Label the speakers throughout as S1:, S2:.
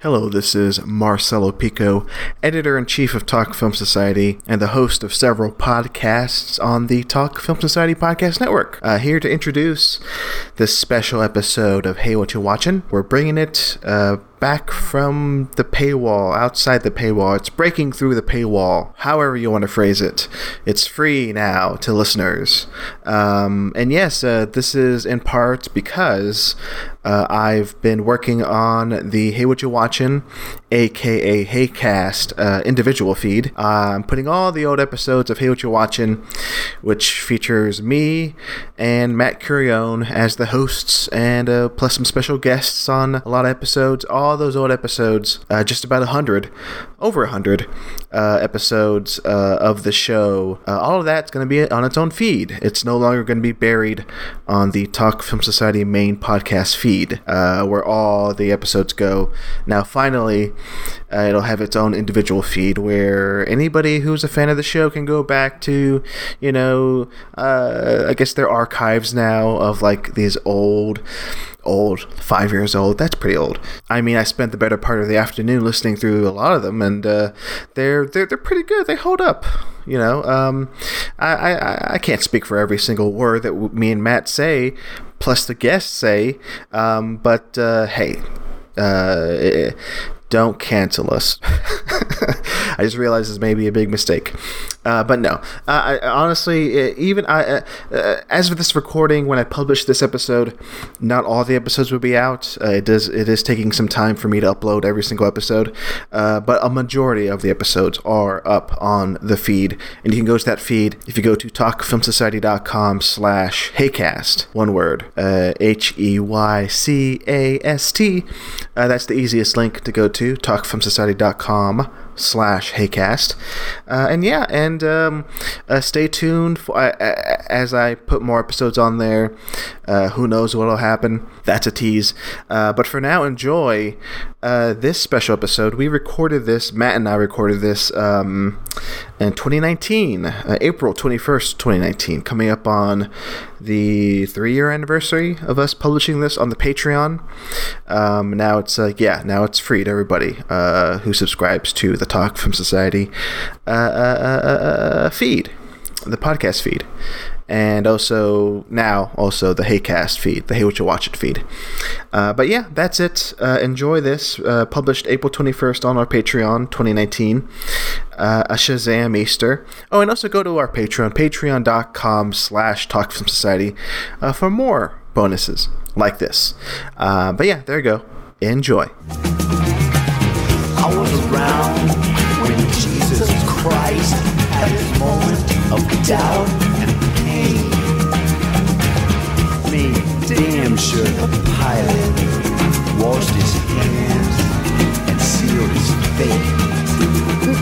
S1: Hello, this is Marcelo Pico, editor in chief of Talk Film Society and the host of several podcasts on the Talk Film Society Podcast Network. Uh, here to introduce this special episode of Hey What You Watching. We're bringing it uh, back from the paywall, outside the paywall. It's breaking through the paywall, however you want to phrase it. It's free now to listeners. Um, and yes, uh, this is in part because uh, I've been working on the Hey What You Watchin', aka Heycast, uh, individual feed. I'm putting all the old episodes of Hey What You Watchin', which features me and Matt Curione as the hosts, and uh, plus some special guests on a lot of episodes. All all those old episodes, uh, just about 100, over 100 uh, episodes uh, of the show, uh, all of that's going to be on its own feed. It's no longer going to be buried on the Talk Film Society main podcast feed, uh, where all the episodes go. Now, finally, uh, it'll have its own individual feed where anybody who's a fan of the show can go back to, you know, uh, I guess their archives now of like these old old, five years old. That's pretty old. I mean, I spent the better part of the afternoon listening through a lot of them, and uh, they're they're they're pretty good. They hold up. You know, um, I, I I can't speak for every single word that w- me and Matt say, plus the guests say, um, but uh, hey. Uh, eh, don't cancel us. I just realized this may be a big mistake, uh, but no. Uh, I, honestly, eh, even I, uh, uh, as of this recording, when I publish this episode, not all the episodes will be out. Uh, it does. It is taking some time for me to upload every single episode, uh, but a majority of the episodes are up on the feed, and you can go to that feed if you go to talkfilmsociety.com/slash heycast. One word, uh, H E Y C A S T. Uh, that's the easiest link to go to. Talkfilmsociety.com slash heycast uh, and yeah and um, uh, stay tuned for, uh, as i put more episodes on there uh, who knows what'll happen that's a tease uh, but for now enjoy uh, this special episode we recorded this matt and i recorded this um, in 2019 uh, april 21st 2019 coming up on the three year anniversary of us publishing this on the patreon um, now it's uh, yeah now it's free to everybody uh, who subscribes to the talk from society uh, uh, uh, uh, feed the podcast feed and also now also the heycast feed the hey what you watch it feed uh, but yeah that's it uh, enjoy this uh, published april 21st on our patreon 2019 uh, a shazam easter oh and also go to our patreon patreon.com slash talk from society uh, for more bonuses like this uh, but yeah there you go enjoy
S2: I was around when Jesus Christ had his moment of doubt and pain. Me damn sure the pilot washed his hands and sealed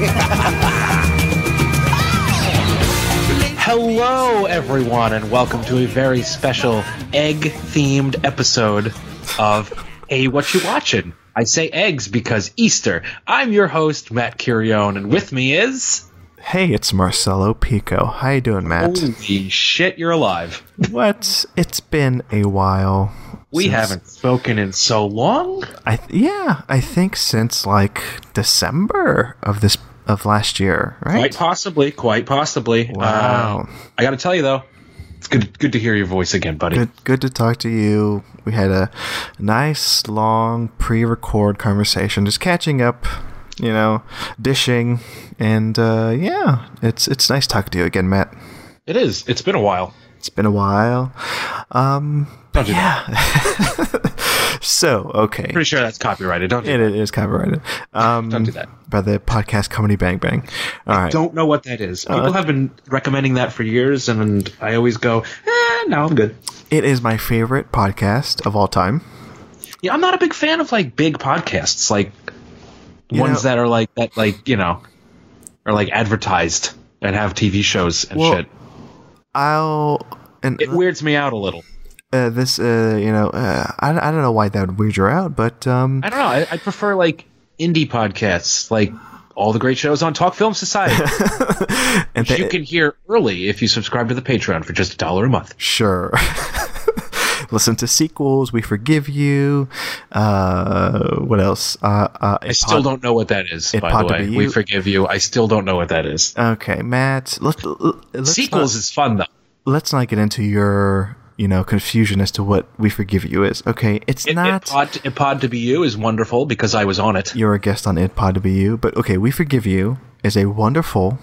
S2: his fate.
S3: Hello, everyone, and welcome to a very special egg-themed episode of Hey, What You Watchin'? I say eggs because Easter. I'm your host, Matt Curione, and with me is...
S1: hey it's marcelo pico how you doing matt
S3: Holy shit, you're alive.
S1: what it's been a while
S3: We
S1: since-
S3: haven't spoken in so long.
S1: I th- yeah, I think since like December of this of last year, right?
S3: Quite possibly, quite possibly.
S1: Wow.
S3: Uh, I gotta tell you, though, it's good, good to hear your voice again, buddy.
S1: Good, good to talk to you. We had a nice long pre-record conversation, just catching up, you know, dishing, and uh, yeah, it's it's nice talking to you again, Matt.
S3: It is. It's been a while.
S1: It's been a while.
S3: Don't do that.
S1: So okay,
S3: Pretty sure that's copyrighted. Don't do
S1: it, it is copyrighted um,
S3: Don't do that.
S1: by the podcast Comedy Bang Bang. All right,
S3: don't know what that is.
S1: Uh-huh.
S3: People have been recommending that for years, and I always go, eh, no, I'm good.
S1: it is my favorite podcast of all time.
S3: Yeah, I'm not a big fan of like big podcasts, like ones
S1: know-
S3: that are like that, like you know, are like advertised and have TV shows and
S1: Well,
S3: shit.
S1: I'll and
S3: It weirds me out a little.
S1: uh, this uh, you know uh, I, I don't know why that would weird you out but um
S3: I don't know. I, I prefer like indie podcasts, like all the great shows on Talk Film Society,
S1: and
S3: which you
S1: they-
S3: can hear early if you subscribe to the Patreon for just a dollar a month.
S1: sure Listen to sequels. We forgive you. Uh, what else? Uh, uh,
S3: I still don't know what that is,
S1: It
S3: by
S1: pod to
S3: the way.
S1: be
S3: We
S1: you.
S3: forgive you. I still don't know what that is.
S1: Okay, Matt. Let, let's
S3: Sequels
S1: Not,
S3: is fun, though.
S1: let's not get into your you know confusion as to what we forgive you is. Okay, it's
S3: It,
S1: not.
S3: it, pod, it pod to be you is wonderful because I was on it.
S1: you're a guest on it pod to be you but okay we forgive you is a wonderful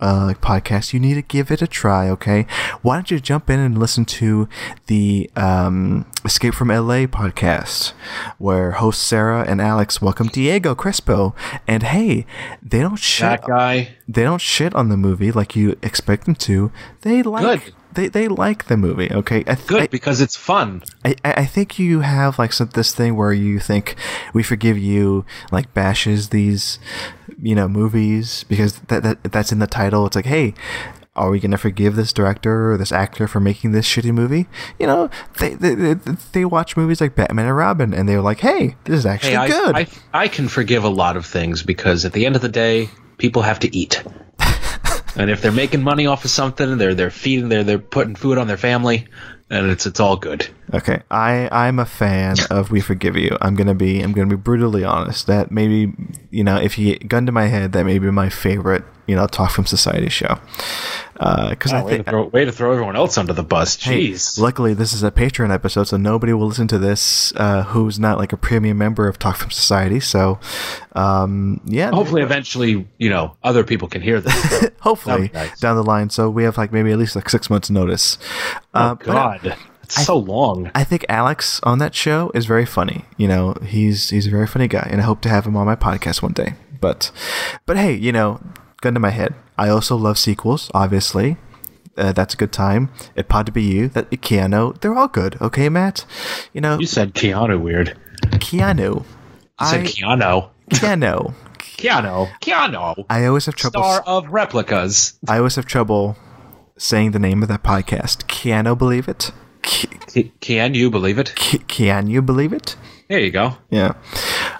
S1: uh, podcast you need to give it a try okay why don't you jump in and listen to the um, escape from la podcast where hosts sarah and alex welcome diego crespo and hey they don't shit
S3: That guy.
S1: they don't shit on the movie like you expect them to they like
S3: Good.
S1: They, they like the movie okay I th-
S3: Good
S1: I-
S3: because it's fun.
S1: I, I I think you have like some, this thing where you think we forgive you like bashes these you know movies because that, that that's in the title it's like hey are we gonna forgive this director or this actor for making this shitty movie you know they they, they, they watch movies like Batman and Robin and they're like hey this is actually
S3: Hey, I,
S1: good
S3: I, I can forgive a lot of things because at the end of the day, people have to eat. and if they're making money off of something, they're they're feeding, they're they're putting food on their family, and it's it's all good.
S1: Okay, I I'm a fan of We Forgive You. I'm gonna be I'm gonna be brutally honest. That maybe you know if you gun to my head, that may be my favorite you know talk from society show. Because I
S3: Way to,
S1: think
S3: throw, way to throw everyone else under the bus. Jeez.
S1: luckily this is a Patreon episode, so nobody will listen to this uh, who's not like a premium member of Talk from Society. So um, yeah,
S3: Hopefully, eventually, you know, other people can hear this.
S1: hopefully
S3: that'd be nice.
S1: down the line. So we have like maybe at least like six months notice.
S3: oh
S1: Uh, but I-
S3: God, it's so long.
S1: I think Alex on that show is very funny. You know, he's he's a very funny guy, and I hope to have him on my podcast one day. But, but hey, you know, gun to my head. I also love sequels. Obviously, uh, that's a good time. It pod to be you. That Keanu. They're all good. Okay, Matt. You know,
S3: You said Keanu weird.
S1: Keanu.
S3: You said
S1: I
S3: Keanu.
S1: Keanu.
S3: Keanu. Keanu.
S1: I always have trouble.
S3: Star of replicas.
S1: I always have trouble saying the name of that podcast. Keanu, believe it. Ke-
S3: K- Can you believe it?
S1: Ke- Can you believe it?
S3: There you go.
S1: Yeah.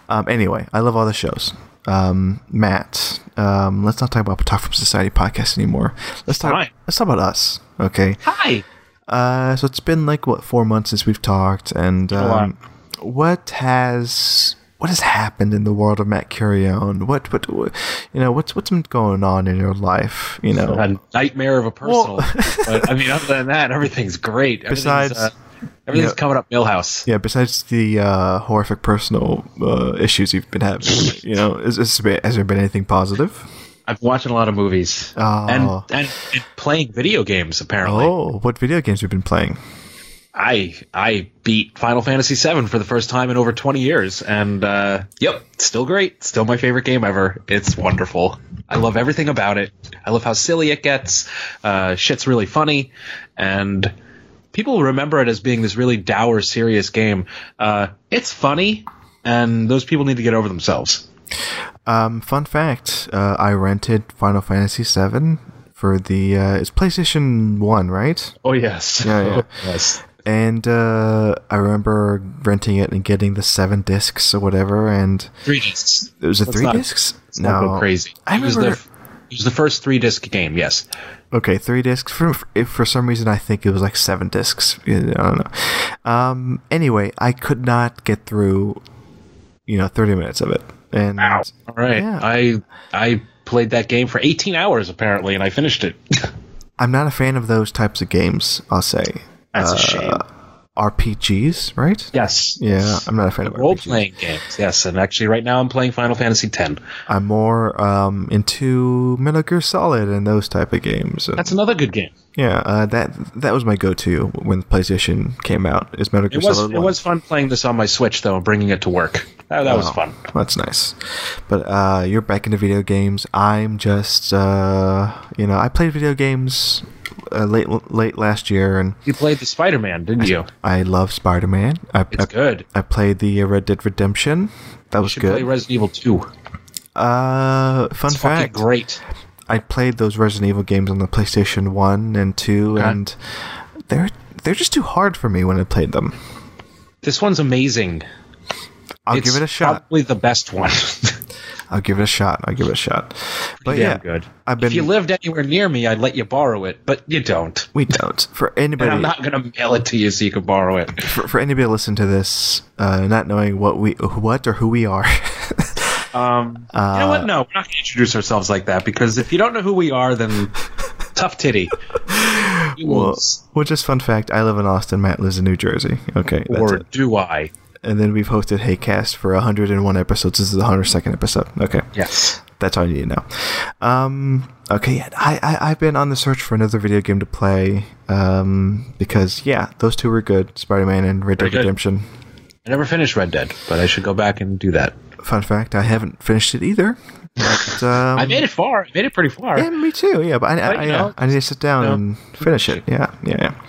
S1: Um, anyway, I love all the shows. Um, Matt, um, let's not talk about Talk from Society podcast anymore. Let's talk.
S3: Fine.
S1: Let's talk about us. Okay.
S3: Hi.
S1: Uh, so it's been like what four months since we've talked, and um, what has what has happened in the world of Matt Curion? What what what- you know? What's what's been going on in your life? You know.
S3: a nightmare of a personal.
S1: Well-
S3: but I mean, other than that, everything's great. Everything's,
S1: Besides-
S3: uh, everything's
S1: yeah.
S3: coming up Millhouse.
S1: yeah, besides the uh, horrific personal uh, issues you've been having, you know, is, is, has there been anything positive?
S3: I've been watching a lot of movies
S1: Oh.
S3: and, and and playing video games. Apparently,
S1: Oh, what video games you've been playing?
S3: I I beat Final Fantasy VII for the first time in over twenty years, and uh, yep, still great. Still my favorite game ever. It's wonderful. I love everything about it. I love how silly it gets. Uh, shit's really funny, and people remember it as being this really dour, serious game. Uh, it's funny, and those people need to get over themselves.
S1: Um, fun fact: uh, I rented Final Fantasy VII for the uh, it's PlayStation One, right?
S3: Oh yes,
S1: Yeah, yeah.
S3: yes.
S1: And uh, I remember renting it and getting the seven discs or whatever. And
S3: Three discs.
S1: it was a
S3: Let's
S1: three
S3: not-
S1: discs.
S3: Let's not go crazy.
S1: I
S3: it was the
S1: remember.
S3: it was the first three disc game. Yes.
S1: Okay, three discs. For if for some reason I think it was like seven discs. I don't know. Um, anyway, I could not get through, you know, thirty minutes of it. And
S3: All right.
S1: Yeah.
S3: I I played that game for 18 hours apparently, and I finished it.
S1: I'm not a fan of those types of games. I'll say
S3: That's
S1: Uh,
S3: a shame.
S1: RPGs, right?
S3: Yes.
S1: Yeah, I'm not a fan of
S3: Role
S1: RPGs.
S3: playing games. Yes, and actually, right now I'm playing Final Fantasy X.
S1: I'm more um, into Metal Gear Solid and those type of games. And,
S3: That's another good game.
S1: yeah, uh, that that was my go-to when the PlayStation came out. Is Metal Gear
S3: It was
S1: Solid?
S3: it
S1: 1.
S3: was fun playing this on my Switch though, and bringing it to work. That, that was
S1: Wow.
S3: fun.
S1: That's nice. But uh, you're back into video games. I'm just, uh, you know, I played video games uh, late late last year, and
S3: You played the Spider Man, didn't you?
S1: I love Spider-Man. I,
S3: It's
S1: I,
S3: good.
S1: I played the uh, Red Dead Redemption. That was
S3: You should
S1: good.
S3: play Resident Evil 2. It's
S1: uh, fun
S3: fucking
S1: fact:
S3: great.
S1: I played those Resident Evil games on the PlayStation One and Two,
S3: Okay.
S1: and they're they're just too hard for me when I played them.
S3: This one's amazing.
S1: I'll
S3: It's
S1: give it a shot.
S3: Probably the best one.
S1: I'll give it a shot. I'll give it a shot. But
S3: damn
S1: yeah,
S3: good.
S1: I've been.
S3: If you lived anywhere near me, I'd let you borrow it, but you don't.
S1: we don't for
S3: And I'm
S1: anybody
S3: not gonna mail it to you so you can borrow it.
S1: for, for anybody listening to this, uh, not knowing what we what or who we are.
S3: Um, you know
S1: Uh,
S3: what? No, we're not gonna introduce ourselves like that because if you don't know who we are, then tough titty. You
S1: well,
S3: will,
S1: well, just fun fact: I live in Austin. Matt lives in New Jersey. Okay, that's
S3: or
S1: it.
S3: do I?
S1: And then we've hosted HeyCast for 101 episodes. This is the 102nd episode. Okay.
S3: Yes.
S1: That's all you need to know. Um, okay, yeah, I, I I've been on the search for another video game to play um, because yeah, those two were good, Spider-Man and Red Dead
S3: good.
S1: Redemption.
S3: I never finished Red Dead, but I should go back and do that.
S1: Fun fact, I haven't finished it either. But, um,
S3: I made it far. I made it pretty far.
S1: yeah, me too. Yeah, but I, I,
S3: But,
S1: I,
S3: you know,
S1: I need to sit down
S3: you know,
S1: and finish it. Yeah, yeah, yeah.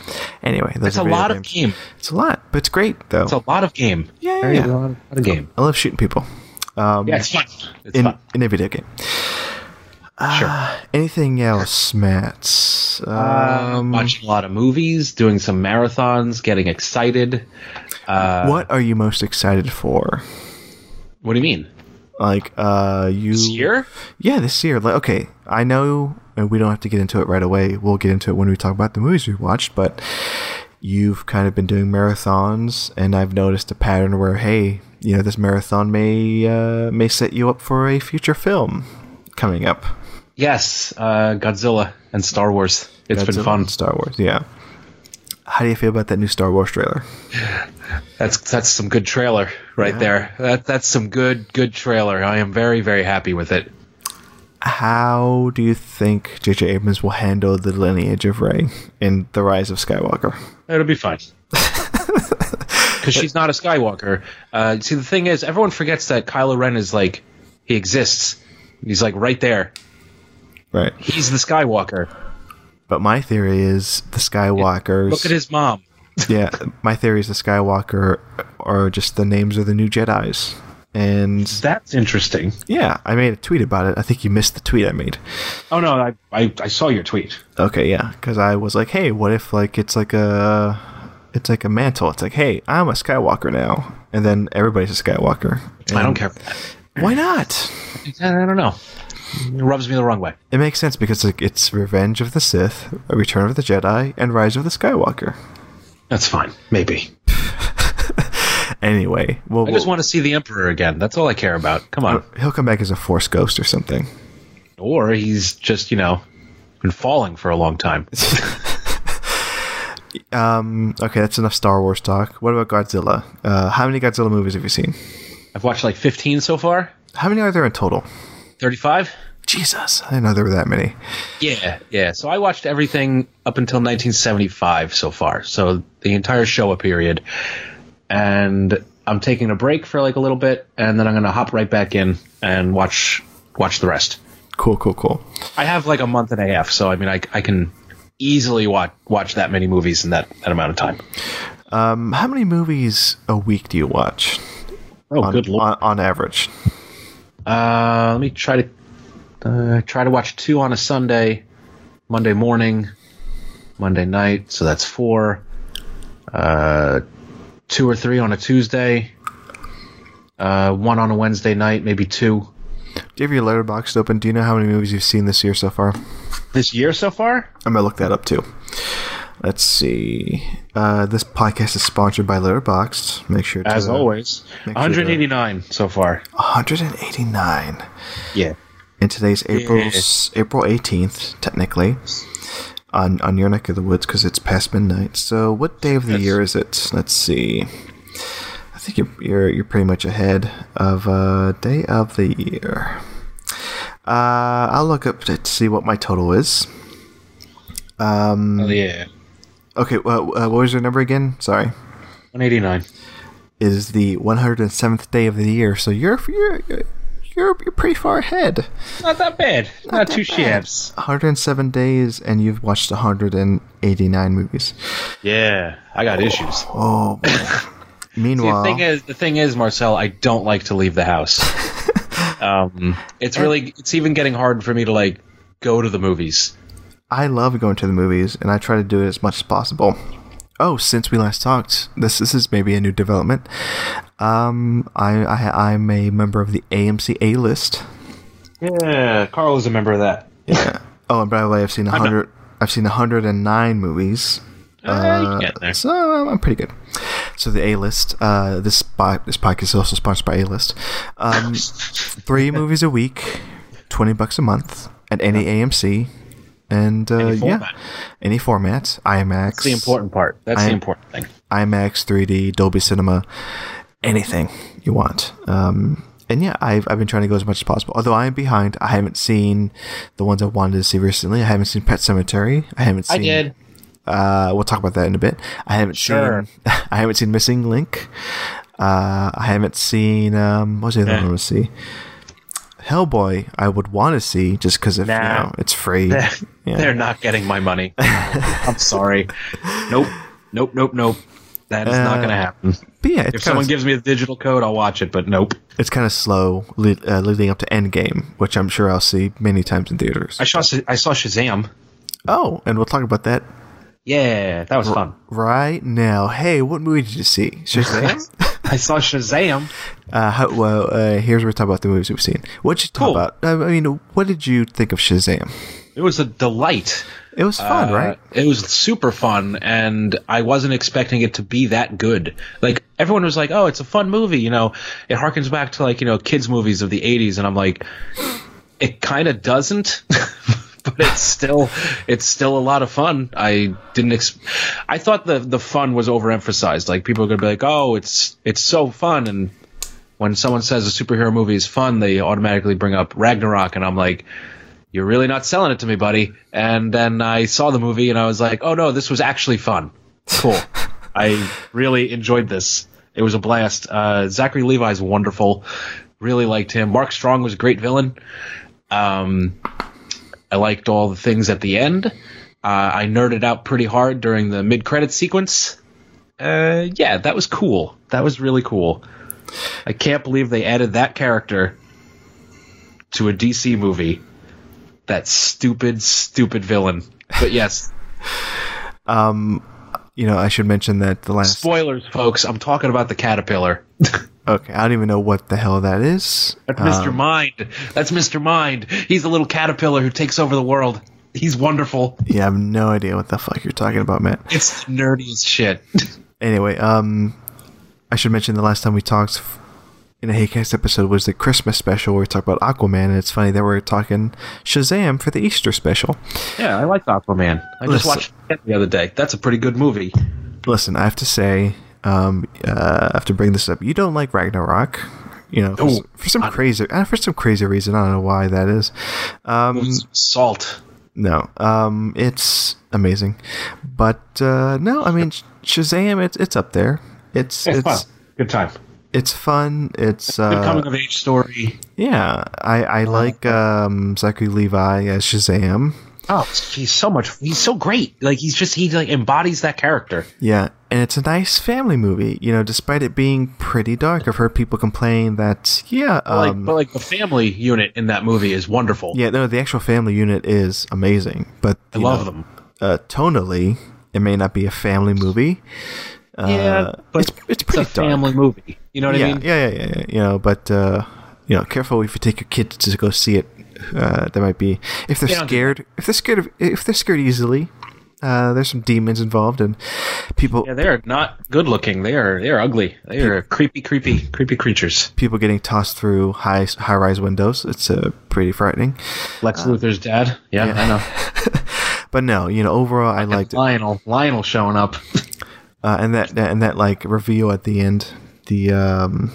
S1: Anyway, those
S3: It's
S1: are
S3: a
S1: video
S3: lot of
S1: games.
S3: game.
S1: It's a lot, but it's great though.
S3: It's a lot of game.
S1: yeah, yeah,
S3: Very
S1: yeah.
S3: lot of game.
S1: I love shooting people. Um,
S3: Yeah, it's fun. It's
S1: in
S3: fun.
S1: in a video game.
S3: Sure.
S1: Anything else, Matt? Um,
S3: Watching a lot of movies, doing some marathons, getting excited. Uh,
S1: what are you most excited for?
S3: What do you mean?
S1: Like uh you
S3: This year?
S1: Yeah, this year. Like okay, I know and we don't have to get into it right away. We'll get into it when we talk about the movies we watched, but you've kind of been doing marathons and I've noticed a pattern where hey, you know, this marathon may uh may set you up for a future film coming up.
S3: Yes, uh, Godzilla and Star Wars. It's
S1: Godzilla
S3: been fun.
S1: and Star Wars, yeah. How do you feel about that new Star Wars trailer?
S3: That's that's some good trailer right there. That that's some good good trailer. I am very very happy with it.
S1: How do you think J.J. Abrams will handle the lineage of Rey and the rise of Skywalker?
S3: It'll be fine. Because she's not a Skywalker. Uh, see, the thing is, everyone forgets that Kylo Ren is like he exists. He's like right there.
S1: Right.
S3: He's the Skywalker.
S1: But my theory is the Skywalkers.
S3: Look at his mom.
S1: yeah, my theory is the Skywalker are just the names of the new Jedi's. And
S3: That's interesting.
S1: yeah, I made a tweet about it. I think you missed the tweet I made.
S3: Oh no, I I, I saw your tweet.
S1: Okay, yeah, because I was like, hey, what if like it's like a, it's like a mantle. It's like, hey, I'm a Skywalker now, and then everybody's a Skywalker.
S3: I don't
S1: And
S3: care. For that.
S1: Why not?
S3: I don't know. It rubs me the wrong way.
S1: It makes sense because like it's Revenge of the Sith, Return of the Jedi, and Rise of the Skywalker.
S3: That's fine. Maybe.
S1: Anyway, well,
S3: I just
S1: we'll-
S3: want to see the Emperor again. That's all I care about. Come on.
S1: he'll come back as a Force ghost or something.
S3: Or he's just, you know, been falling for a long time.
S1: Okay, that's enough Star Wars talk. What about Godzilla? Uh, how many Godzilla movies have you seen?
S3: I've watched like 15 so far.
S1: How many are there in total?
S3: 35?
S1: Jesus, I didn't know there were that many.
S3: Yeah, yeah. So I watched everything up until 1975 so far. So the entire Showa period. And I'm taking a break for like a little bit and then I'm going to hop right back in and watch watch the rest.
S1: Cool, cool, cool.
S3: I have like a month and a half, so I mean I, I can easily watch watch that many movies in that, that amount of time.
S1: Um, how many movies a week do you watch
S3: Oh,
S1: on,
S3: good lord.
S1: on, on average?
S3: Uh, let me try to uh, try to watch two on a Sunday, Monday morning, Monday night. So that's four. Uh, two or three on a Tuesday. Uh, one on a Wednesday night, maybe two.
S1: Do you have your letterbox open? Do you know how many movies you've seen this year so far?
S3: This year so far,
S1: I'm gonna look that up too. Let's see. Uh, this podcast is sponsored by Letterboxd. Make sure to,
S3: as always,
S1: make sure
S3: 189 so far.
S1: 189.
S3: Yeah,
S1: And today's April s- April 18th, technically, on on your neck of the woods because it's past midnight. So what day of the year is it? Let's see. I think you're you're, you're pretty much ahead of uh, day of the year. Uh, I'll look up to see what my total is.
S3: Oh, yeah,
S1: Okay, well, uh, what was your number again? Sorry.
S3: 189.
S1: is the 107th day of the year. So you're you're you're, you're pretty far ahead.
S3: Not that bad. Not, too
S1: bad.
S3: shabs.
S1: 107 days, and you've watched 189 movies.
S3: Yeah, I got issues.
S1: Oh, boy.
S3: The
S1: meanwhile,
S3: thing is, the thing is, Marcel, I don't like to leave the house. um, it's really, it's even getting hard for me to like go to the movies.
S1: I love going to the movies, and I try to do it as much as possible. oh, since we last talked, this this is maybe a new development. Um, I, I I'm a member of the AMC A list.
S3: Yeah, Carl is a member of that.
S1: Yeah. oh, and by the way, I've seen
S3: not-
S1: hundred. I've seen hundred and nine movies.
S3: Uh, you can get there.
S1: So um, I'm pretty good. So the A list. Uh, this spot, this podcast is also sponsored by A list. Um, three movies a week, twenty bucks a month at any AMC, and uh, yeah,
S3: format.
S1: any format. IMAX.
S3: That's the important part. That's
S1: I-
S3: the important thing.
S1: IMAX, 3D, Dolby Cinema, anything you want. Um, and yeah, I've, I've been trying to go as much as possible. Although I am behind, I haven't seen the ones I wanted to see recently. I haven't seen Pet Cemetery. I haven't
S3: I
S1: seen.
S3: did.
S1: Uh, we'll talk about that in a bit. I haven't
S3: Sure.
S1: seen. I haven't seen Missing Link. Uh, I haven't seen. Um, what was the other
S3: Eh.
S1: one I want to see? Hellboy. I would want to see just because if
S3: Nah.
S1: you know, it's free. Yeah.
S3: They're not getting my money. I'm sorry. Nope. Nope. Nope. Nope. That is not
S1: Uh,
S3: going to happen.
S1: But yeah, it's
S3: If
S1: kinda
S3: someone gives me the digital code, I'll watch it. But nope.
S1: it's kind of slow lead, uh, leading up to Endgame, which I'm sure I'll see many times in theaters.
S3: I saw. I saw Shazam.
S1: oh, and we'll talk about that
S3: Yeah, that was fun.
S1: right now. Hey, what movie did you see? Shazam?
S3: I saw Shazam.
S1: uh, how, well, uh, here's where we talk about the movies we've seen. What did you talk
S3: Cool.
S1: about? I I mean, what did you think of Shazam?
S3: It was a delight.
S1: It was fun,
S3: Uh,
S1: right?
S3: It was super fun, and I wasn't expecting it to be that good. Like everyone was like, "Oh, it's a fun movie," you know. It harkens back to like you know kids movies of the '80s, and I'm like, it kind of doesn't, but it's still it's still a lot of fun. I didn't. Ex- I thought the the fun was overemphasized. Like people are gonna be like, "Oh, it's it's so fun," and when someone says a superhero movie is fun, they automatically bring up Ragnarok, and I'm like you're really not selling it to me, buddy. And then I saw the movie and I was like, oh no, this was actually fun. Cool. I really enjoyed this. It was a blast. Uh, Zachary Levi's wonderful. Really liked him. Mark Strong was a great villain. Um, I liked all the things at the end. Uh, I nerded out pretty hard during the mid credit sequence. Uh, yeah, that was cool. That was really cool. I can't believe they added that character to a DC movie that stupid, stupid villain. But yes,
S1: You know, I should mention that the last.
S3: spoilers, folks. I'm talking about the caterpillar.
S1: okay, I don't even know what the hell that is.
S3: That's Mr. Mind. That's Mr. Mind. He's the little caterpillar who takes over the world. He's wonderful.
S1: Yeah, I have no idea what the fuck you're talking about, man.
S3: It's the nerdiest shit.
S1: Anyway, um, I should mention the last time we talked f- in a Haycast episode was the Christmas special where we talked about Aquaman, and it's funny that we're talking Shazam for the Easter special.
S3: yeah, I like Aquaman. I just
S1: Listen.
S3: watched it the other day. That's a pretty good movie.
S1: Listen, I have to say, um, uh, I have to bring this up. You don't like Ragnarok, you know, for,
S3: No,
S1: s- for some crazy, uh, for some crazy reason. I don't know why that is.
S3: Salt.
S1: No, um, it's amazing, but uh, no, I mean Sh- Shazam, it's it's up there. It's
S3: It's,
S1: it's
S3: fun. Good time.
S1: it's fun. It's uh,
S3: Good coming of age story.
S1: Yeah, I, I like um, Zachary Levi as Shazam.
S3: Oh, he's so much. He's so great. Like he's just he like embodies that character.
S1: Yeah, and it's a nice family movie. You know, despite it being pretty dark, I've heard people complain that yeah,
S3: Like,
S1: um,
S3: but like the family unit in that movie is wonderful.
S1: yeah, no, the actual family unit is amazing, but
S3: I love them.
S1: Uh, tonally, it may not be a family movie.
S3: Yeah,
S1: it's it's pretty
S3: a
S1: dark.
S3: family movie. You know what
S1: yeah,
S3: I mean?
S1: yeah, yeah, yeah, yeah. You know, but uh, you know, careful if you take your kids to go see it. Uh, that might be if they're
S3: Yeah, I'll do
S1: scared. If they're scared of if they're scared easily, uh, there's some demons involved and people
S3: Yeah, they are not good looking. They are they are ugly. They are creepy, creepy, creepy creatures.
S1: people getting tossed through high high rise windows. It's uh, pretty frightening.
S3: Lex Luthor's dad. Uh, Yeah, I know.
S1: But no, you know, overall I liked it.
S3: Lionel, Lionel showing up.
S1: Uh, and that that- and that like reveal at the end, the um,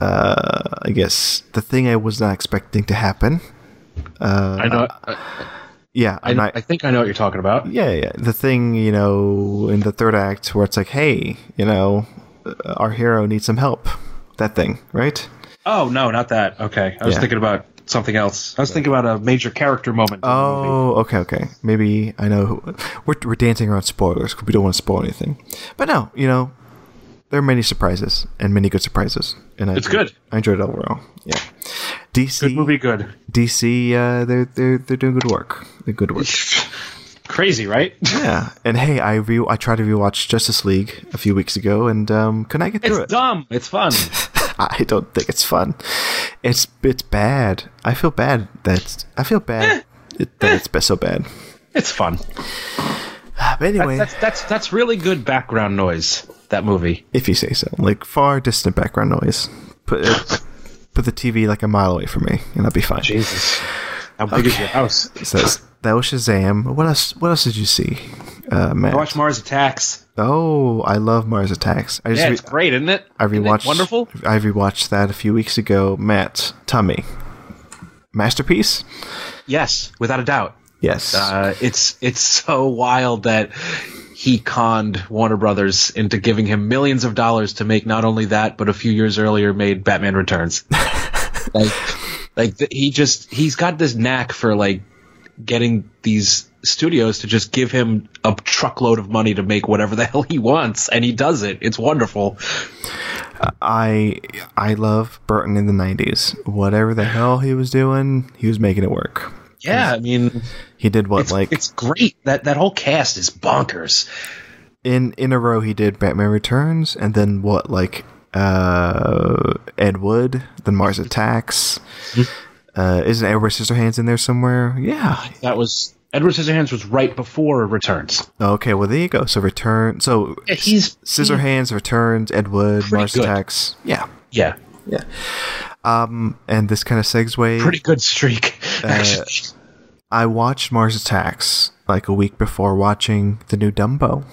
S1: uh, I guess the thing I was not expecting to happen.
S3: Uh, I know.
S1: Yeah,
S3: I,
S1: I'm
S3: know
S1: not-
S3: I think I know what you're talking about.
S1: yeah, yeah. The thing, you know, in the third act where it's like, hey, you know, uh, our hero needs some help. That thing, right?
S3: Oh no, not that. Okay, I was
S1: Yeah.
S3: thinking about something else. I was thinking about a major character moment. in the movie.
S1: Oh, okay, okay. Maybe I know. Who, we're, we're dancing around spoilers 'cause we don't want to spoil anything. But no, you know, there are many surprises and many good surprises. And I
S3: It's
S1: enjoyed-
S3: good.
S1: I enjoyed it overall. Yeah. DC,
S3: good movie, good.
S1: DC, uh, they're they're they're doing good work. They're good work.
S3: Crazy, right?
S1: Yeah. And hey, I re- I tried to rewatch Justice League a few weeks ago, and um, couldn't I get through
S3: It's
S1: it?
S3: dumb. It's fun.
S1: I don't think it's fun. It's it's bad. I feel bad that I feel bad
S3: Eh.
S1: it- that it's so bad.
S3: It's fun.
S1: But anyway,
S3: That's that's that's really good background noise. That movie.
S1: if you say so, like far distant background noise. Put it, put the TV like a mile away from me, and I'll be fine.
S3: Jesus. How big is your house?
S1: So that's- that was Shazam. What else? What else did you see, uh, Matt?
S3: Watch Mars Attacks.
S1: oh, I love Mars Attacks. I just
S3: Yeah,
S1: re-
S3: it's great, isn't it?
S1: I
S3: Isn't it
S1: rewatched.
S3: Wonderful.
S1: I rewatched that a few weeks ago. Matt, Tommy, masterpiece.
S3: Yes, without a doubt.
S1: Yes.
S3: Uh, it's it's so wild that he conned Warner Brothers into giving him millions of dollars to make not only that, but a few years earlier made Batman Returns. like, like th- he just he's got this knack for like getting these studios to just give him a truckload of money to make whatever the hell he wants, and he does it. It's wonderful.
S1: I I love Burton in the '90s. Whatever the hell he was doing, he was making it work.
S3: Yeah, I mean,
S1: He did what
S3: it's,
S1: like
S3: it's great. That that whole cast is bonkers.
S1: in in a row he did Batman Returns and then what like uh Ed Wood, then Mars Attacks. Uh, isn't Edward Scissorhands in there somewhere? Yeah.
S3: That was Edward Scissorhands was right before Returns.
S1: Okay. Well, there you go. So return. So
S3: Yeah, he's-
S1: Scissorhands returns. Ed Wood, Mars
S3: good.
S1: Attacks. Yeah. Um,
S3: Yeah,
S1: And this kind of segue.
S3: pretty good streak. actually.
S1: I watched Mars Attacks like a week before watching the new Dumbo.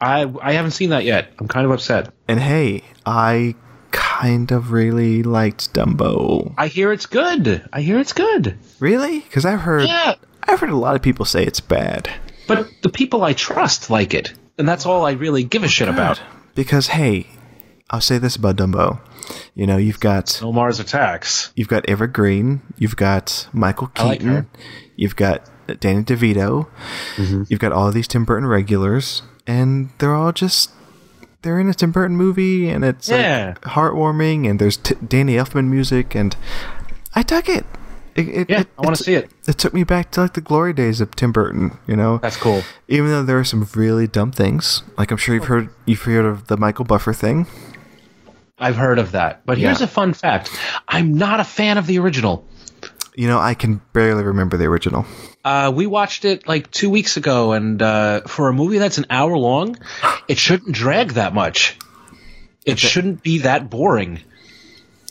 S3: I I haven't seen that yet. I'm kind of upset.
S1: And hey, I kind of really liked Dumbo.
S3: I hear it's good. I hear it's good.
S1: Really? Because I've heard
S3: Yeah,
S1: I've heard a lot of people say it's bad.
S3: but the people I trust like it, and that's all I really give a shit about.
S1: Because hey, I'll say this about Dumbo. You know, you've got
S3: Omar's attacks.
S1: you've got Eva Green, you've got Michael
S3: I like
S1: Keaton,
S3: her.
S1: you've got Danny DeVito,
S3: Mm-hmm.
S1: you've got all these Tim Burton regulars, and they're all just they're in a Tim Burton movie, and it's
S3: Yeah.
S1: like heartwarming, and there's t- Danny Elfman music, and I dug it. It- it-
S3: Yeah,
S1: it-
S3: I want
S1: it's-
S3: to see it.
S1: It took me back to like the glory days of Tim Burton, you know.
S3: That's cool.
S1: even though there are some really dumb things like i'm sure you've heard you've heard of the michael buffer thing
S3: I've heard of that. But here's
S1: Yeah.
S3: a fun fact: I'm not a fan of the original.
S1: you know i can barely remember the original
S3: Uh, we watched it like two weeks ago, and uh, for a movie that's an hour long, it shouldn't drag that much. It shouldn't be that boring.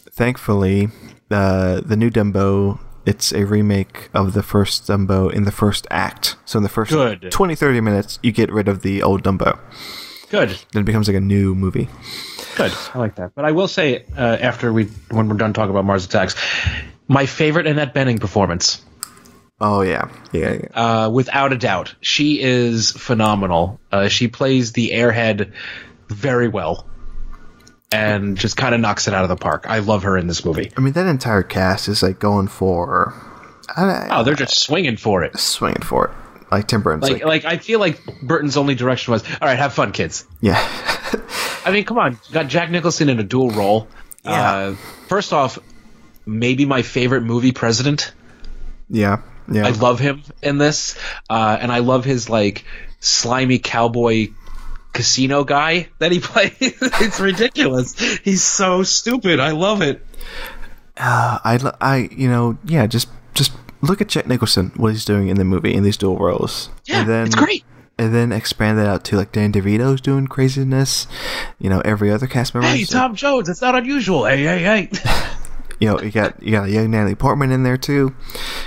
S1: thankfully uh, the new dumbo it's a remake of the first dumbo in the first act so in the first
S3: Good.
S1: 20 30 minutes you get rid of the old dumbo
S3: Good.
S1: then it becomes like a new movie
S3: Good. I like that. But I will say, uh, after we, when we're done talking about Mars Attacks, my favorite Annette Benning performance,
S1: oh yeah yeah, yeah.
S3: uh, without a doubt. She is phenomenal. Uh, she plays the airhead very well and just kind of knocks it out of the park. I love her in this movie.
S1: i mean that entire cast is like going for I, I,
S3: Oh, they're just swinging for it.
S1: swinging for it like tim burton's
S3: Like, uh,
S1: like,
S3: like I feel like Burton's only direction was, all right, have fun, kids.
S1: yeah
S3: I mean, come on. You got Jack Nicholson in a dual role. Uh, first off, maybe my favorite movie, President.
S1: yeah yeah
S3: I love him in this, uh, and I love his like slimy cowboy casino guy that he plays. it's ridiculous. He's so stupid. I love it.
S1: I, lo- I, you know, yeah, just just look at Jack Nicholson, what he's doing in the movie in these dual roles.
S3: Yeah, it's great.
S1: And then expand that out to like Dan DeVito's doing craziness, you know, every other cast member.
S3: Hey, Tom Jones, it's not unusual. Hey, hey, hey.
S1: You know, you got you got a young Natalie Portman in there too,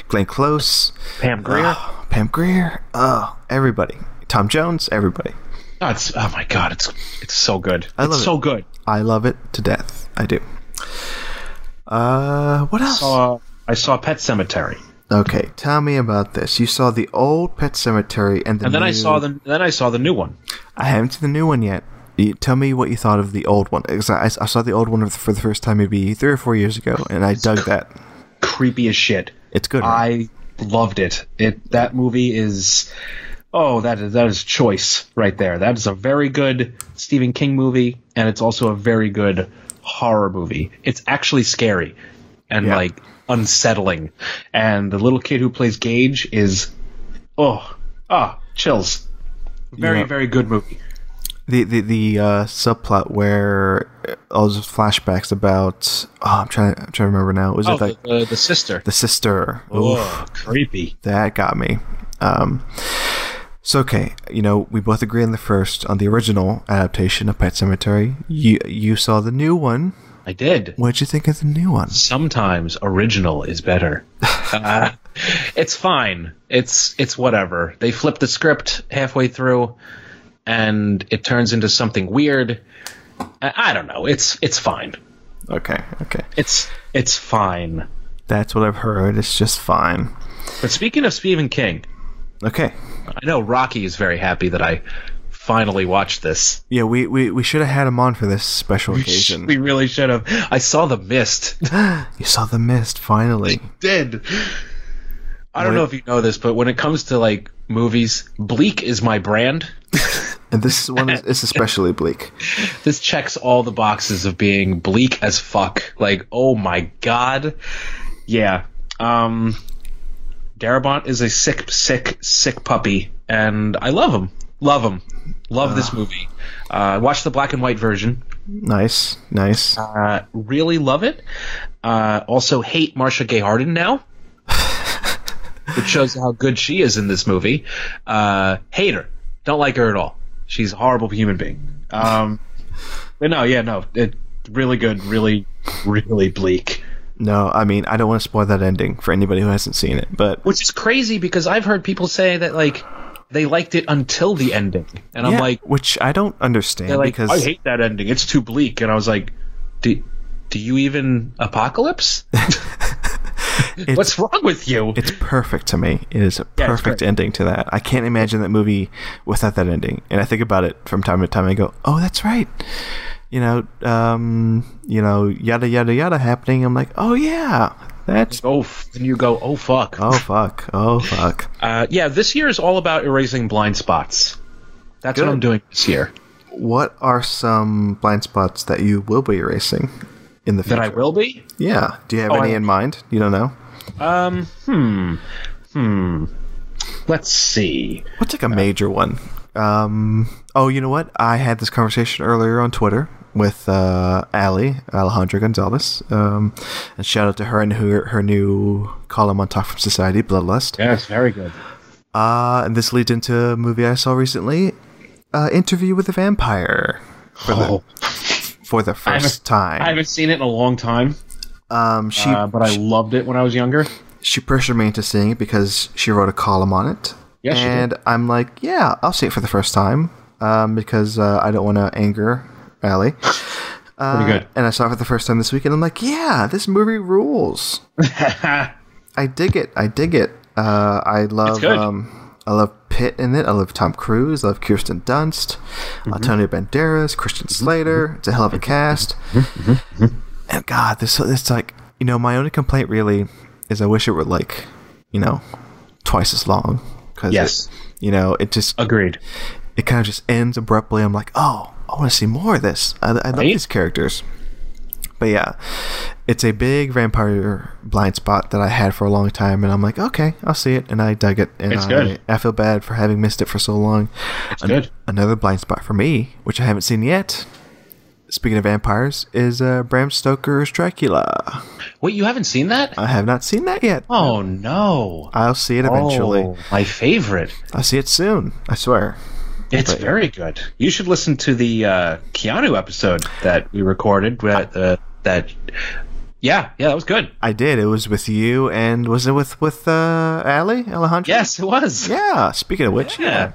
S1: Glenn Close,
S3: Pam Grier.
S1: oh, Pam Greer, oh, everybody, Tom Jones, everybody.
S3: Oh, it's, oh my god, it's it's so good.
S1: I love
S3: it's
S1: it.
S3: so good.
S1: I love it to death. I do. Uh, what else?
S3: Uh, I saw Pet Cemetery,
S1: okay, tell me about this. You saw the old Pet Cemetery and the
S3: and then I
S1: new-
S3: saw the then I saw the new one.
S1: I haven't seen the new one yet. You, tell me what you thought of the old one. 'cause I, I saw the old one for the first time maybe three or four years ago, and I dug that.
S3: Creepy as shit.
S1: It's good. right?
S3: I loved it. It that movie is oh that is that is choice right there. That is a very good Stephen King movie, and it's also a very good horror movie. It's actually scary and
S1: Yeah.
S3: like unsettling. And the little kid who plays Gage is oh ah chills. Very
S1: Yeah.
S3: very good movie.
S1: the the the uh, subplot where all those flashbacks about oh, I'm trying I'm trying to remember now was
S3: Oh,
S1: it like
S3: the, the, the sister.
S1: the sister Oof,
S3: Whoa, creepy.
S1: that got me um so okay you know we both agree on the first on the original adaptation of Pet Cemetery you you saw the new one
S3: I did.
S1: what'd you think of the new one
S3: Sometimes original is better. Uh, it's fine. It's it's whatever. They flip the script halfway through, and it turns into something weird. I, I don't know. It's it's fine.
S1: okay okay
S3: It's it's fine.
S1: that's what I've heard it's just fine
S3: But speaking of Stephen King,
S1: okay
S3: I know Rocky is very happy that I finally watched this.
S1: yeah we we, we should have had him on for this special occasion
S3: We really should have. I saw The Mist.
S1: you saw the mist finally
S3: did. I don't
S1: What-
S3: know if you know this, but when it comes to like movies, Bleak is my brand.
S1: and this one is, is especially bleak.
S3: This checks all the boxes of being bleak as fuck. Like, oh my god. Yeah. Um Darabont is a sick, sick, sick puppy, and I love him. Love him. Love this movie. Uh, I watched the black and white version.
S1: Nice, nice.
S3: Uh, really love it. Uh, also hate Marsha Gay Harden now, which shows how good she is in this movie. Uh, hate her. Don't like her at all. She's a horrible human being. Um, but no, yeah, no, it really good, really, really bleak.
S1: No, I mean I don't want to spoil that ending for anybody who hasn't seen it, but
S3: Which is crazy because I've heard people say that like they liked it until the ending, and I'm
S1: Yeah,
S3: like,
S1: which I don't understand
S3: they're like,
S1: because
S3: I hate that ending. It's too bleak, and I was like, do, do you even apocalypse?
S1: it's,
S3: What's wrong with you?
S1: it's perfect to me. It is a
S3: Yeah, it's
S1: perfect
S3: great.
S1: ending to that. I can't imagine that movie without that ending. And I think about it from time to time. I go, oh, that's right. You know, um, you know, yada yada yada happening. I'm like, oh yeah, that's
S3: oh, f- and you go, oh fuck.
S1: oh fuck, oh fuck.
S3: Uh, yeah, this year is all about erasing blind spots. That's
S1: Good.
S3: what I'm doing this year.
S1: What are some blind spots that you will be erasing in the future?
S3: That I will be.
S1: Yeah. Do you have
S3: Oh,
S1: any
S3: I-
S1: in mind? You don't know.
S3: Um, hmm, hmm. Let's see.
S1: What's like a major one? Um, oh, you know what? I had this conversation earlier on Twitter with uh, Ali Alejandra Gonzalez, um, and shout out to her and her her new column on Talk from Society, Bloodlust.
S3: Yes, very good.
S1: Uh, and this leads into a movie I saw recently, uh, Interview with a Vampire,
S3: Oh,
S1: for the first time.
S3: I haven't seen it in a long time,
S1: um, she
S3: uh, but I loved it when I was younger.
S1: she pressured me into seeing it because she wrote a column on it.
S3: Yeah, she did.
S1: and I'm like, yeah, I'll see it for the first time um, because uh, I don't want to anger Allie. Uh,
S3: Pretty good.
S1: And I saw it for the first time this weekend. I'm like, yeah, this movie rules. I dig it. I dig it. Uh, I love.
S3: good.
S1: Um, I love Pitt in it. I love Tom Cruise. I love Kirsten Dunst,
S3: Mm-hmm.
S1: Antonio Banderas, Christian Slater. It's a hell of a cast.
S3: Mm-hmm.
S1: And God, this it's like you know my only complaint really is I wish it were like you know twice as long because
S3: Yes. Oh,
S1: you know it just
S3: Agreed.
S1: it kind of just ends abruptly. I'm like, oh, I want to see more of this. I, I love
S3: Right?
S1: these characters. But yeah, it's a big vampire blind spot that I had for a long time, and I'm like, okay, I'll see it, and I dug it, and
S3: It's
S1: I,
S3: good.
S1: I feel bad for having missed it for so long. It's
S3: good.
S1: Another blind spot for me, which I haven't seen yet. Speaking of vampires, is uh, Bram Stoker's Dracula.
S3: Wait, you haven't seen that?
S1: I have not seen that yet.
S3: oh no.
S1: I'll see it eventually.
S3: Oh, my favorite.
S1: I'll see it soon. I swear.
S3: It's very good. You should listen to the uh, Keanu episode that we recorded. That, uh, that, yeah, yeah, that was good.
S1: I did. It was with you, and was it with with uh, Ali Alejandro?
S3: Yes, it was.
S1: Yeah. Speaking of which, yeah.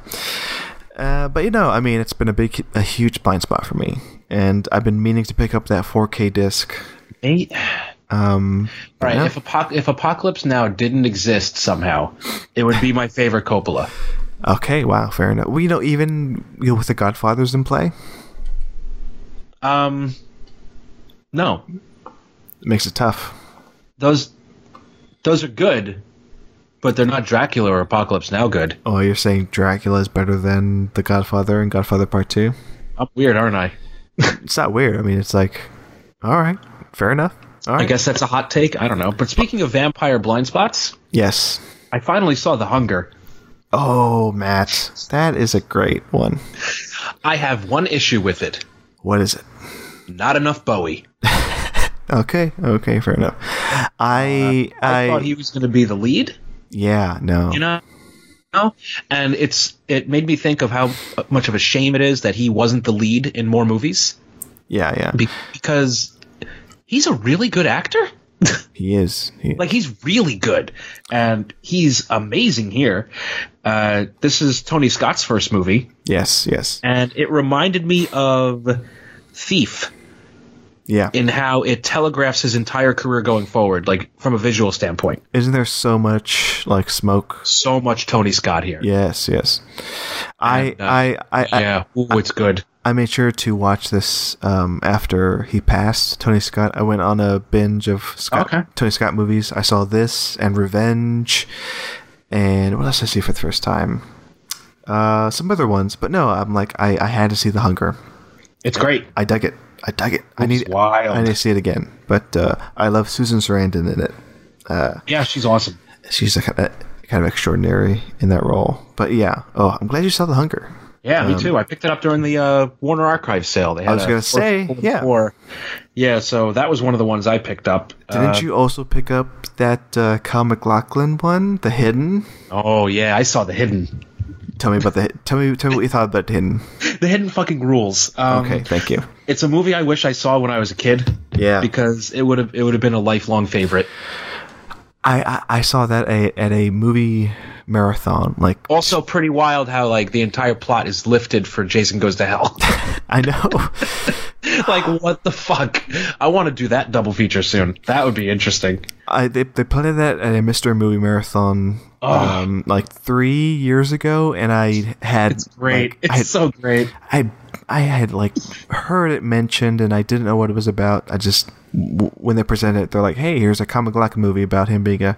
S3: Yeah.
S1: Uh, but you know, I mean, it's been a big, a huge blind spot for me, and I've been meaning to pick up that 4K disc.
S3: Eight.
S1: Um,
S3: All right.
S1: yeah.
S3: If, apoc- if Apocalypse Now didn't exist somehow, it would be my favorite Coppola.
S1: okay. Wow. Fair enough. Well, you know, even you know, with the Godfather's in play,
S3: Um, no,
S1: it makes it tough.
S3: those those are good, but they're not Dracula or Apocalypse Now good.
S1: Oh, you're saying Dracula is better than the Godfather and Godfather Part Two?
S3: I'm weird, aren't I?
S1: It's not weird. I mean, it's like, all right, fair enough. All right.
S3: I guess that's a hot take. I don't know. But speaking of vampire blind spots,
S1: Yes.
S3: I finally saw The Hunger.
S1: Oh, Matt, that is a great one.
S3: I have one issue with it.
S1: What is it?
S3: Not enough Bowie.
S1: Okay, okay, fair enough. I,
S3: Uh, I,
S1: I,
S3: thought he was going to be the lead.
S1: yeah, no,
S3: You know. No? And it's it made me think of how much of a shame it is that he wasn't the lead in more movies
S1: yeah, yeah.
S3: be- because he's a really good actor.
S1: he is. He,
S3: like he's really good and he's amazing here uh, this is tony scott's first movie
S1: yes, yes,
S3: and it reminded me of thief
S1: yeah.
S3: in how it telegraphs his entire career going forward like from a visual standpoint
S1: Isn't there so much like smoke?
S3: so much tony scott here
S1: Yes, yes. I,
S3: And, uh,
S1: I, I, I,
S3: yeah ooh, it's good
S1: I made sure to watch this um, after he passed, Tony Scott. I went on a binge of Scott,
S3: Okay.
S1: Tony Scott movies. I saw this and Revenge, and what else did I see for the first time? Uh, some other ones, but no, I'm like I, I had to see The Hunger.
S3: it's great
S1: I dug it. I dug it. I need
S3: wild.
S1: I need to see it again. But uh, I love Susan Sarandon in it.
S3: yeah she's awesome
S1: She's a, kind of- kind of extraordinary in that role. But yeah. Oh, I'm glad you saw The Hunger.
S3: yeah me too i picked it up during the uh, warner archive sale they had
S1: Um, was
S3: a
S1: gonna
S3: fourth-
S1: say,
S3: fourth
S1: yeah.
S3: floor. yeah so that was one of the ones i picked up
S1: Didn't
S3: Uh,
S1: you also pick up that uh, Kyle McLaughlin one, The Hidden?
S3: oh yeah i saw the hidden
S1: Tell me about the. Tell me. Tell me what you thought about Hidden.
S3: The Hidden Fucking Rules. Um,
S1: Okay, thank you.
S3: It's a movie I wish I saw when I was a kid.
S1: Yeah.
S3: Because it would have it would have been a lifelong favorite.
S1: I I, I saw that a, at a movie marathon. Like
S3: Also pretty wild how like the entire plot is lifted for Jason Goes to Hell.
S1: I know.
S3: like what the fuck? I want to do that double feature soon. That would be interesting.
S1: I they they played that at a Mr. Movie Marathon um like three years ago, and I had
S3: Great.
S1: like,
S3: it's
S1: I had,
S3: so great.
S1: I I had like heard it mentioned, and I didn't know what it was about. I just w- when they presented it, they're like, "Hey, here's a comic Glock movie about him being a,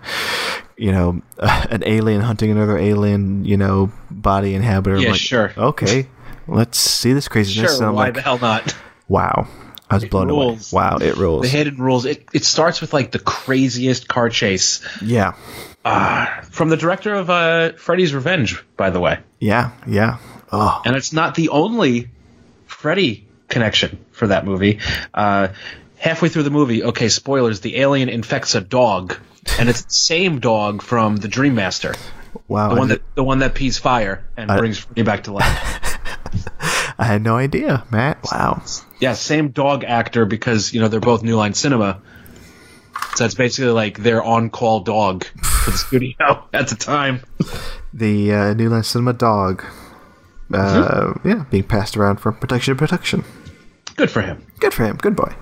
S1: you know, an alien hunting another alien, you know, body inhabitor." I'm
S3: Yeah,
S1: like,
S3: sure.
S1: Okay, let's see this craziness.
S3: Sure,
S1: and
S3: why
S1: I'm
S3: the
S1: like,
S3: hell not?
S1: wow, I was blown
S3: rules.
S1: away. Wow, it rules.
S3: The Hidden Rules. It it starts with like the craziest car chase
S1: yeah,
S3: from the director of uh Freddy's Revenge, by the way.
S1: yeah, yeah. Oh,
S3: and it's not the only Freddy connection for that movie. Uh, halfway through the movie, okay, spoilers: the alien infects a dog, and it's the same dog from the Dream Master,
S1: wow.
S3: the
S1: I
S3: one
S1: did-
S3: that the one that pees fire and brings Freddy back to life.
S1: I had no idea, Matt. Wow.
S3: yeah, same dog actor because you know they're both New Line Cinema. So it's basically like their on-call dog for the studio at the time.
S1: The uh, New Line Cinema dog. Uh, Yeah, being passed around from production to production.
S3: Good for him.
S1: Good for him. Good boy.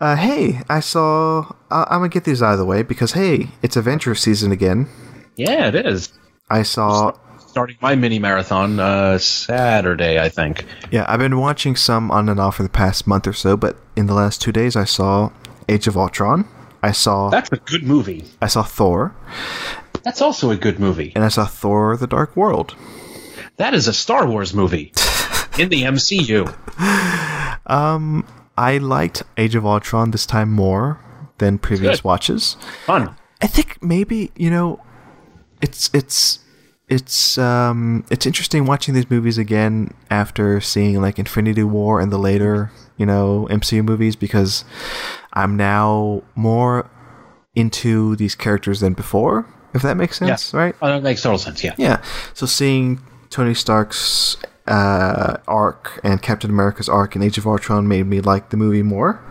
S1: Uh, hey, I saw. I I'm gonna get these out of the way because hey, it's adventure season again.
S3: Yeah, it is.
S1: I saw.
S3: Starting my mini marathon uh, Saturday, I think.
S1: Yeah, I've been watching some on and off for the past month or so, but in the last two days, I saw Age of Ultron. I saw.
S3: That's a good movie.
S1: I saw Thor,
S3: That's also a good movie.
S1: and I saw Thor: The Dark World.
S3: That is a Star Wars movie in the MCU.
S1: I liked Age of Ultron this time more than previous
S3: Good.
S1: watches.
S3: Fun.
S1: I think maybe you know, it's it's it's um it's interesting watching these movies again after seeing like Infinity War and the later you know MCU movies because I'm now more into these characters than before. If that makes sense, right?
S3: Oh, that makes total sense. Yeah.
S1: Yeah. So seeing Tony Stark's uh, arc and Captain America's arc in Age of Ultron made me like the movie more.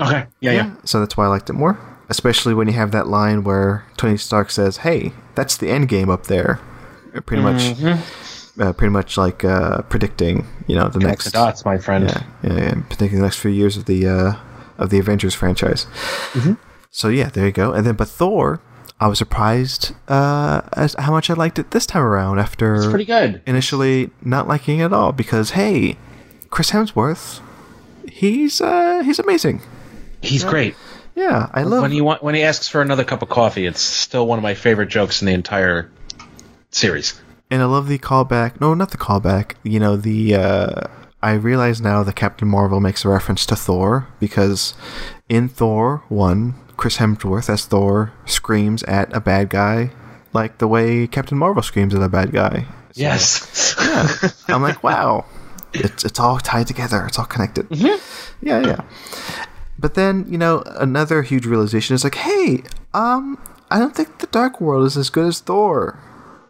S3: Okay. Yeah, yeah.
S1: So that's why I liked it more. Especially when you have that line where Tony Stark says, "Hey, that's the end game up there," Uh, pretty much, uh, pretty much like uh, predicting, you know, the
S3: Connect Mm-hmm. the
S1: next,
S3: dots, my friend.
S1: yeah, yeah, yeah, predicting the next few years of the uh, of the Avengers franchise.
S3: Mm-hmm.
S1: So yeah, there you go. And then, but Thor, I was surprised uh, as how much I liked it this time around after
S3: Pretty good.
S1: initially not liking it at all because hey, Chris Hemsworth, he's uh, he's amazing.
S3: He's great.
S1: Yeah, I love
S3: When he want, when he asks for another cup of coffee, it's still one of my favorite jokes in the entire series.
S1: And I love the callback. No, not the callback. You know, the uh, I realize now that Captain Marvel makes a reference to Thor because in Thor one, Chris Hemsworth as Thor screams at a bad guy like the way Captain Marvel screams at a bad guy. So,
S3: Yes.
S1: I'm like, wow, it's it's all tied together. It's all connected.
S3: Mm-hmm.
S1: Yeah, yeah. But then you know another huge realization is like, hey, um, I don't think the Dark World is as good as Thor.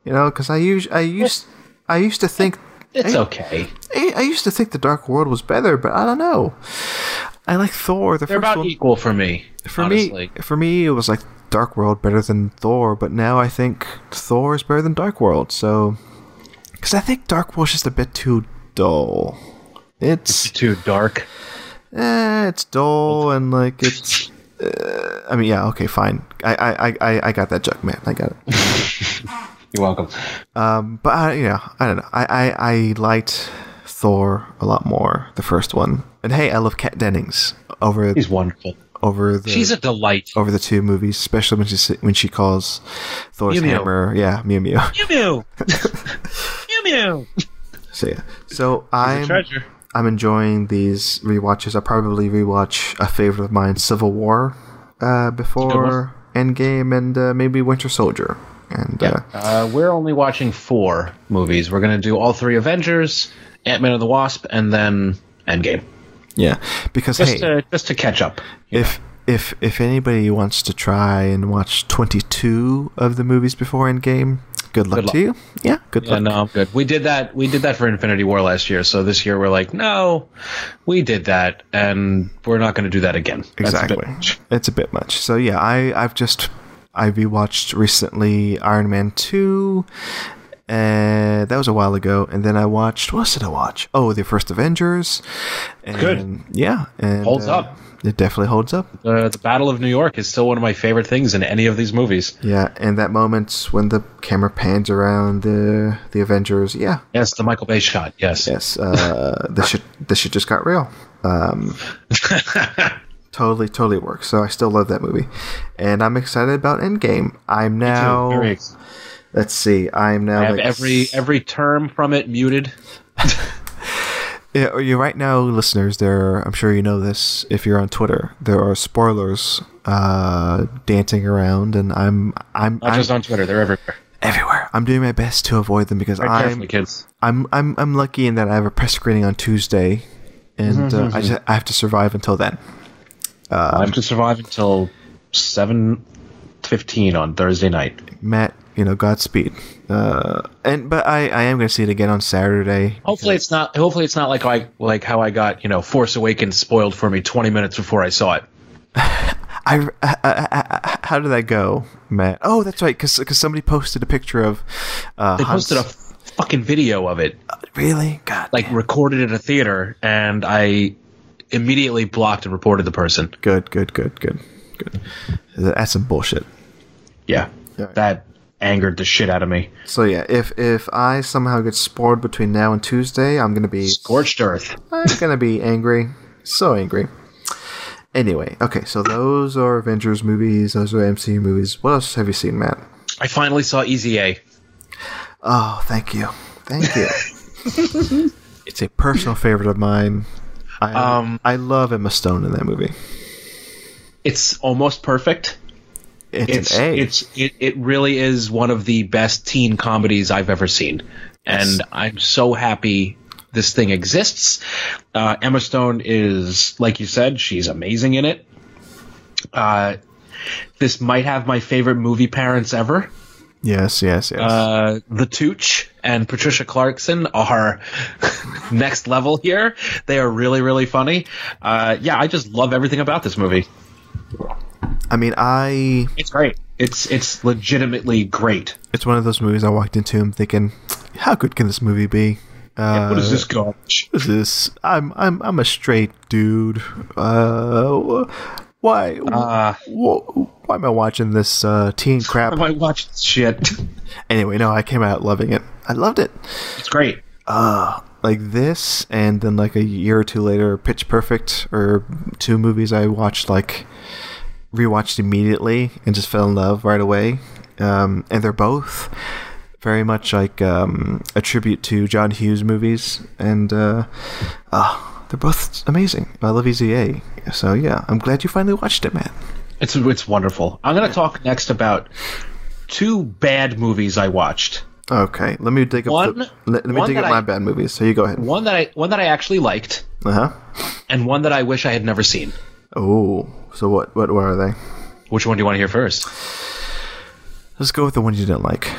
S1: You know, because I used I used I used to think
S3: it's
S1: I-
S3: okay.
S1: I, I used to think the Dark World was better, but I don't know. I like Thor. The
S3: They're
S1: first
S3: about
S1: one.
S3: equal for me.
S1: for
S3: honestly.
S1: me, for me, it was like Dark World better than Thor, but now I think Thor is better than Dark World. So, because I think Dark World's just a bit too dull. It's
S3: too dark.
S1: eh, it's dull and like it's. Uh, I mean, yeah, okay, fine. I, I, I- I, I got that joke, man. I got it.
S3: You're welcome.
S1: But I, you know, I don't know. I, I, I liked Thor a lot more, the first one. And hey, I love Kat Dennings over
S3: She's wonderful.
S1: over the
S3: She's a delight.
S1: over the two movies, especially when she when she calls Thor's
S3: Mew Mew.
S1: hammer, yeah, Mew Mew.
S3: Mew Mew. Oh. Mew Mew.
S1: so yeah, so I'm I'm enjoying these rewatches. I probably rewatch a favorite of mine, Civil War, uh, before Endgame, and uh, maybe Winter Soldier. And uh,
S3: Uh, we're only watching four movies. We're gonna do all three Avengers, Ant Man and the Wasp, and then Endgame.
S1: yeah, because
S3: Just uh,
S1: hey,
S3: to just to catch up.
S1: if if if anybody wants to try and watch 22 of the movies before Endgame, good luck,
S3: Good luck.
S1: to you. Yeah, good
S3: Yeah,
S1: luck.
S3: no, I'm good. We did that. We did that for Infinity War last year. So this year we're like, no, we did that, and we're not going to do that again. That's a bit
S1: Exactly.
S3: much.
S1: it's a bit much. So yeah, I I've just I rewatched recently Iron Man two. Uh, that was a while ago, and then I watched. What else did I watch? Oh, the first Avengers. And,
S3: Good.
S1: Yeah, and
S3: Holds
S1: uh,
S3: up.
S1: It definitely holds up.
S3: Uh, the Battle of New York is still one of my favorite things in any of these movies.
S1: Yeah, and that moment when the camera pans around the the Avengers. Yeah,
S3: Yes, the Michael Bay shot. Yes.
S1: yes. Uh, this shit this shit just got real. Um, totally totally works. So I still love that movie, and I'm excited about Endgame. I'm now
S3: Very exciting.
S1: Let's see. I'm now.
S3: I have
S1: like,
S3: every every term from it muted.
S1: Yeah, oh, you right now, listeners. There, are, I'm sure you know this. If you're on Twitter, there are spoilers uh, dancing around, and I'm I'm,
S3: Not
S1: I'm
S3: just on Twitter; they're everywhere.
S1: everywhere. I'm doing my best to avoid them because
S3: Very
S1: I'm
S3: carefully, kids.
S1: I'm I'm I'm lucky in that I have a press screening on Tuesday,
S3: Mm-hmm,
S1: and uh, I just, I have to survive until then.
S3: I have to survive until seven fifteen on Thursday night.
S1: Matt, you know, Godspeed. Uh, and but I I am going to see it again on Saturday.
S3: Hopefully it's not. Hopefully it's not like I like how I got you know Force Awakens spoiled for me twenty minutes before I saw it.
S1: I, uh, I, I- I- uh, how did that go, Matt? Oh, that's right, because somebody posted a picture of uh,
S3: They
S1: Han's-
S3: posted a fucking video of it,
S1: really God,
S3: like recorded at a theater, and I immediately blocked and reported the person.
S1: good, good, good, good, good. That's some bullshit.
S3: Yeah, that angered the shit out of me.
S1: So yeah, if if I somehow get spoiled between now and Tuesday, I'm gonna be
S3: Scorched earth.
S1: I'm gonna be angry, so angry. Anyway, okay, so those are Avengers movies. Those are MCU movies. What else have you seen, Matt?
S3: I finally saw Easy A.
S1: Oh, thank you, thank you. it's a personal favorite of mine. I,
S3: Um,
S1: I love Emma Stone in that movie.
S3: It's almost perfect.
S1: It's,
S3: it's
S1: an A.
S3: it's it, it really is one of the best teen comedies I've ever seen, and I'm so happy this thing exists. Uh, Emma Stone is like you said, she's amazing in it. Uh, this might have my favorite movie parents ever.
S1: yes, yes, yes.
S3: Uh, the Tooch and Patricia Clarkson are next level here. They are really really funny. Uh, yeah, I just love everything about this movie.
S1: I mean, I
S3: It's great. It's it's legitimately great.
S1: It's one of those movies I walked into him thinking, how good can this movie be? Uh,
S3: What is this garbage?
S1: what is this? I'm I'm I'm a straight dude. Uh, wh- why
S3: Uh,
S1: wh- why am I watching this uh, teen crap?
S3: I watch this shit.
S1: anyway, no, I came out loving it. I loved it.
S3: It's great.
S1: Like this, and then like a year or two later, Pitch Perfect, or two movies I watched like rewatched immediately and just fell in love right away. Um, and they're both very much like um, a tribute to John Hughes movies, and uh, ah, they're both amazing. I love Easy A. So yeah, I'm glad you finally watched it, man.
S3: It's it's wonderful. I'm gonna talk next about two bad movies I watched.
S1: Okay, let me dig up
S3: One-
S1: the, let, let me
S3: one
S1: dig up
S3: that
S1: my
S3: I-
S1: bad movies. So you go ahead.
S3: One that I one that I actually liked,
S1: Uh huh.
S3: and one that I wish I had never seen.
S1: Oh, so what? What? What are they?
S3: Which one do you want to hear first?
S1: Let's go with the ones you didn't like.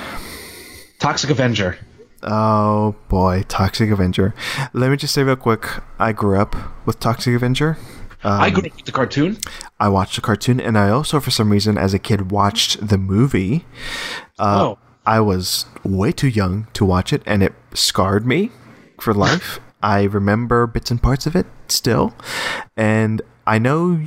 S3: Toxic Avenger.
S1: Oh boy, Toxic Avenger. Let me just say real quick, I grew up with Toxic Avenger.
S3: I grew up with the cartoon.
S1: I watched the cartoon, and I also, for some reason, as a kid, watched the movie.
S3: oh,
S1: I was way too young to watch it, and it scarred me for life. I remember bits and parts of it still, and I know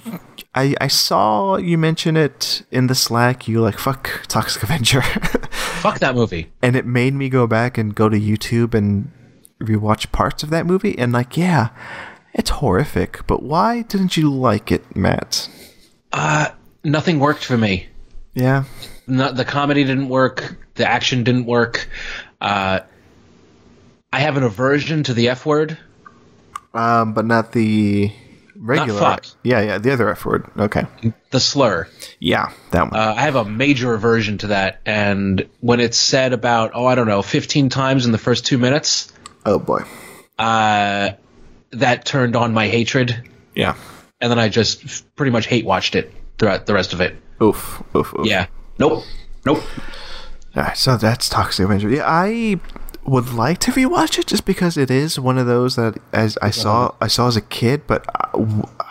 S1: I, I saw you mention it in the Slack. You like fuck Toxic Avenger,
S3: fuck that movie.
S1: and it made me go back and go to YouTube and rewatch parts of that movie. And like, yeah, it's horrific, but why didn't you like it, Matt?
S3: Nothing worked for me.
S1: Yeah,
S3: Not, the comedy didn't work. The action didn't work. Uh, I have an aversion to the F word.
S1: um, but not the regular.
S3: fuck.
S1: Yeah, yeah, the other F word. Okay.
S3: the slur.
S1: Yeah, that one.
S3: Uh, I have a major aversion to that, and when it's said about, oh, I don't know, 15 times in the first two minutes,
S1: oh boy.
S3: uh, that turned on my hatred,
S1: Yeah.
S3: and then I just f- pretty much hate watched it throughout the rest of it.
S1: Oof. Oof. oof.
S3: Yeah. Nope. Nope.
S1: Alright, so that's Toxic Avenger. Yeah, I would like to rewatch it just because it is one of those that as I saw I saw as a kid, but I,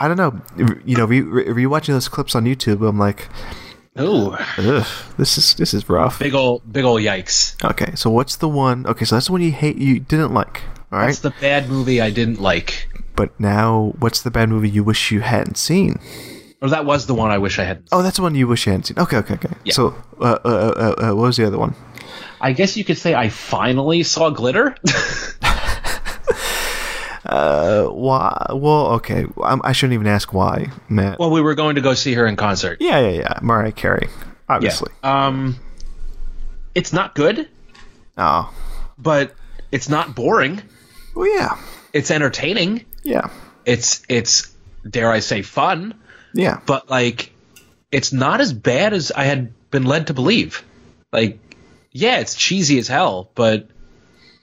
S1: I don't know. You know, re- re- rewatching those clips on YouTube, I'm like,
S3: Ooh.
S1: ugh, this is this is rough.
S3: Big ol' big ol' yikes.
S1: Okay, so what's the one? Okay, so that's the one you hate, you didn't like. All right,
S3: That's the bad movie I didn't like.
S1: but now what's the bad movie you wish you hadn't seen?
S3: Or that was the one I wish I hadn't.
S1: Oh, that's the one you wish you hadn't seen. Okay, okay, okay. So, uh, uh, uh, uh, what was the other one?
S3: I guess you could say I finally saw glitter.
S1: Uh, Why? Well, okay. I'm, I shouldn't even ask why, Matt.
S3: well, we were going to go see her in concert.
S1: yeah, yeah, yeah. Mariah Carey, obviously.
S3: Um, it's not good,
S1: Oh,
S3: but it's not boring.
S1: well, yeah,
S3: It's entertaining.
S1: yeah,
S3: It's it's dare I say fun,
S1: yeah.
S3: but like it's not as bad as I had been led to believe. Like yeah, it's cheesy as hell, but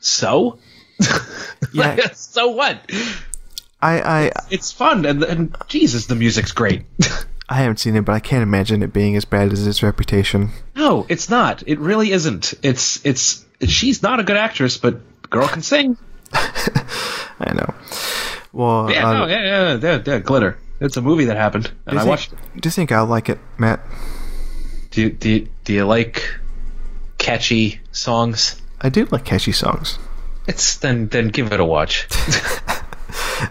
S3: so
S1: Yeah.
S3: Like, so what?
S1: I, I,
S3: It's fun and and Jesus, the music's great.
S1: I haven't seen it, but I can't imagine it being as bad as its reputation.
S3: no, it's not. It really isn't. It's it's she's not a good actress, but girl can sing.
S1: I know. Well,
S3: Yeah,
S1: uh,
S3: no, yeah, yeah, yeah, yeah, yeah, glitter. It's a movie that happened,
S1: do,
S3: and
S1: you
S3: I
S1: think,
S3: watched. it.
S1: do you think I'll like it, Matt?
S3: Do you, do you, do you like catchy songs?
S1: I do like catchy songs.
S3: It's then then give it a watch.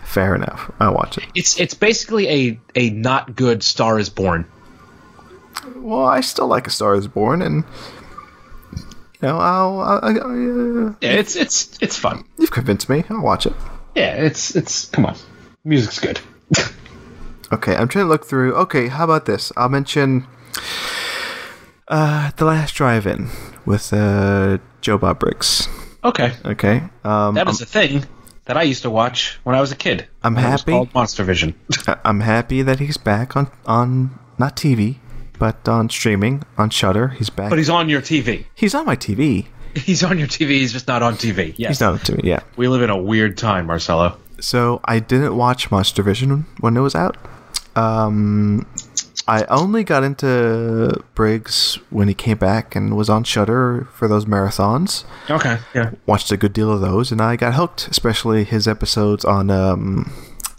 S1: Fair enough. I'll watch it.
S3: it's it's basically a a not good Star is Born.
S1: Well, I still like A Star Is Born, and you know, I'll, I'll, I'll uh,
S3: Yeah, it's it's it's fun.
S1: you've convinced me. I'll watch it.
S3: Yeah, it's it's come on, music's good.
S1: Okay, I'm trying to look through. Okay, how about this? I'll mention uh, the last drive-in with uh, Joe Bob Briggs.
S3: Okay,
S1: Okay, um,
S3: that is a thing that I used to watch when I was a kid.
S1: I'm
S3: It was
S1: happy.
S3: called Monster Vision.
S1: I- I'm happy that he's back on on not TV, but on streaming on Shutter. He's back.
S3: but he's on your TV.
S1: he's on my TV.
S3: He's on your TV. He's just not on TV. Yes,
S1: He's not on TV. Yeah.
S3: we live in a weird time, Marcelo.
S1: So I didn't watch Monster Vision when it was out. Um, I only got into Briggs when he came back and was on Shutter for those marathons.
S3: Okay, yeah.
S1: watched a good deal of those, and I got hooked, especially his episodes on um,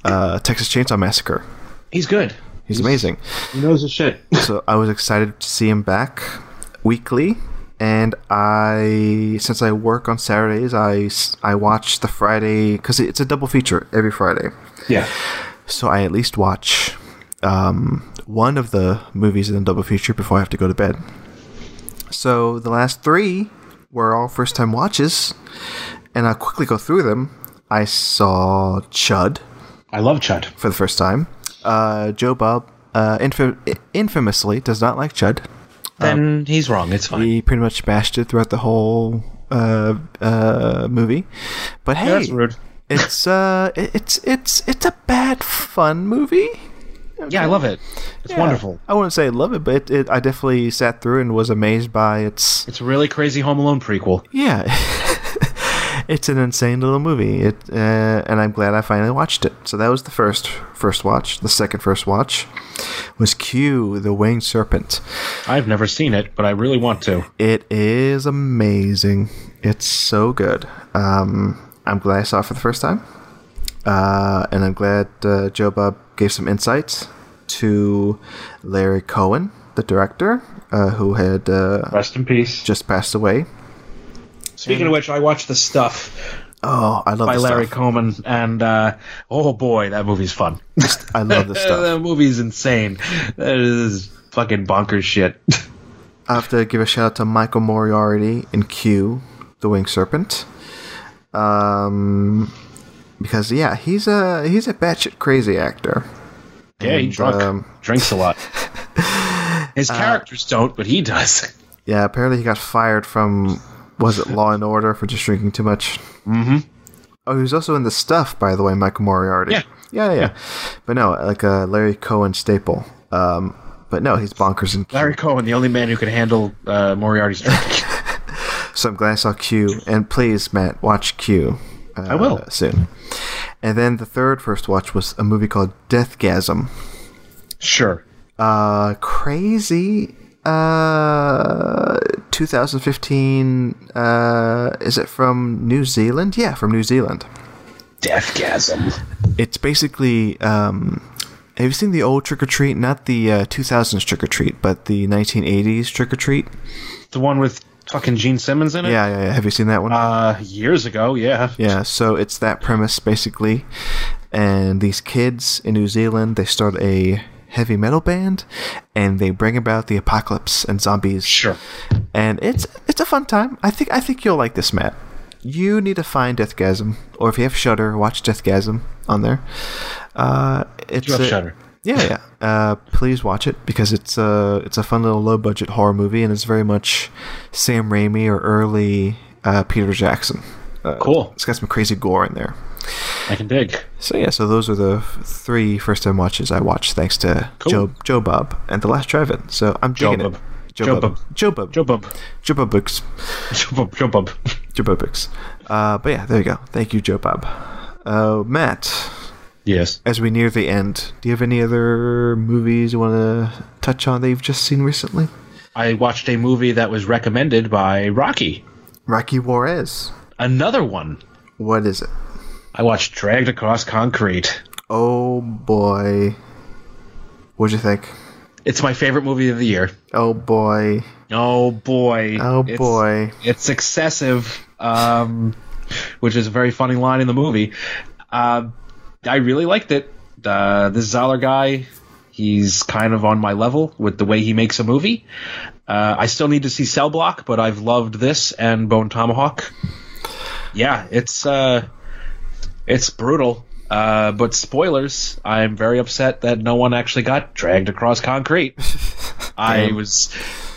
S1: uh, Texas Chainsaw Massacre.
S3: He's good.
S1: He's amazing.
S3: He knows his shit.
S1: So I was excited to see him back weekly, and I since I work on Saturdays, I s- I watch the Friday because it's a double feature every Friday.
S3: Yeah.
S1: So I at least watch um, one of the movies in the double feature before I have to go to bed. So the last three were all first time watches, and I'll quickly go through them. I saw Chud
S3: I love Chud.
S1: for the first time. Uh, Joe Bob uh, infam- i- infamously does not like Chud.
S3: Then he's wrong. It's fine.
S1: He pretty much bashed it throughout the whole uh, uh, movie. But hey,
S3: that's rude.
S1: it's uh, it- it's it's it's a bad fun movie.
S3: Yeah, I love it. It's wonderful.
S1: I wouldn't say love it, but it, it, I definitely sat through and was amazed by its
S3: It's a really crazy Home Alone prequel.
S1: yeah it's an insane little movie it uh, and i'm glad i finally watched it so that was the first first watch the second first watch was q the winged serpent
S3: I've never seen it, but I really want to.
S1: it is amazing it's so good um, i'm glad i saw it for the first time uh, and i'm glad uh, joe bob gave some insights to larry cohen the director uh, who had uh,
S3: Rest in peace.
S1: just passed away
S3: Speaking of which, I watched The Stuff
S1: oh i love
S3: by
S1: this
S3: Larry
S1: stuff.
S3: Coleman, and uh, oh boy, that movie's fun.
S1: i love this stuff
S3: that movie's insane. That is fucking bonkers shit.
S1: I have to give a shout out to Michael Moriarty in Q, the Winged Serpent, um, because yeah, he's a he's a batshit crazy actor.
S3: yeah, he
S1: And,
S3: drunk.
S1: um,
S3: drinks a lot. His characters don't, but he does.
S1: Yeah, apparently he got fired from was it Law and Order for just drinking too much. Mm-hmm. Oh, he was also in the stuff, by the way, Michael Moriarty.
S3: Yeah.
S1: yeah, yeah. But no, like a Larry Cohen staple. Um, but no, he's bonkers in Q.
S3: Larry Cohen, the only man who can handle uh, Moriarty's drink.
S1: So I'm glad I saw Q. And please, Matt, watch Q. Uh, I
S3: will.
S1: soon. And then the third first watch was a movie called Deathgasm.
S3: sure.
S1: Uh, crazy. Uh, 2015. Uh, is it from New Zealand? Yeah, from New Zealand.
S3: Deathgasm.
S1: It's basically. Um, have you seen the old Trick or Treat? Not the uh, 2000s Trick or Treat, but the 1980s Trick or Treat.
S3: The one with fucking Gene Simmons in it?
S1: Yeah, yeah, yeah. Have you seen that one?
S3: Uh, years ago, yeah.
S1: Yeah, so it's that premise basically. And these kids in New Zealand, they start a heavy metal band and they bring about the apocalypse and zombies.
S3: Sure.
S1: And it's it's a fun time. I think I think you'll like this, Matt. You need to find Deathgasm, or if you have Shudder, watch Deathgasm on there. Uh, it's
S3: You have
S1: a-
S3: Shudder.
S1: Yeah, yeah. Uh, please watch it because it's a it's a fun little low budget horror movie, and it's very much Sam Raimi or early uh, Peter Jackson. Uh,
S3: Cool.
S1: It's got some crazy gore in there.
S3: I can dig.
S1: So yeah, so those are the f- three first time watches I watched thanks to
S3: Cool.
S1: Joe Joe Bob and the Last Drive-In. So I'm digging
S3: Joe Bob.
S1: it. Bob.
S3: Joe Bob.
S1: Joe Bob.
S3: Joe Bub.
S1: Joe Bob books.
S3: Joe Bub. Joe Bub.
S1: Joe Bob books. Uh, but yeah, there you go. Thank you, Joe Bob. Uh, Matt,
S3: Yes.
S1: as we near the end, do you have any other movies you want to touch on that you've just seen recently?
S3: I watched a movie that was recommended by Rocky.
S1: Rocky Juarez.
S3: Another one.
S1: What is it?
S3: I watched Dragged Across Concrete.
S1: Oh boy. What'd you think?
S3: It's my favorite movie of the year.
S1: Oh boy.
S3: Oh boy.
S1: Oh
S3: It's-
S1: boy.
S3: It's excessive, um, which is a very funny line in the movie. Uh, I really liked it. Uh, this Zoller guy, he's kind of on my level with the way he makes a movie. Uh, I still need to see Cell Block, but I've loved this and Bone Tomahawk. Yeah, it's uh, it's brutal. Uh, but spoilers, I'm very upset that no one actually got dragged across concrete. I was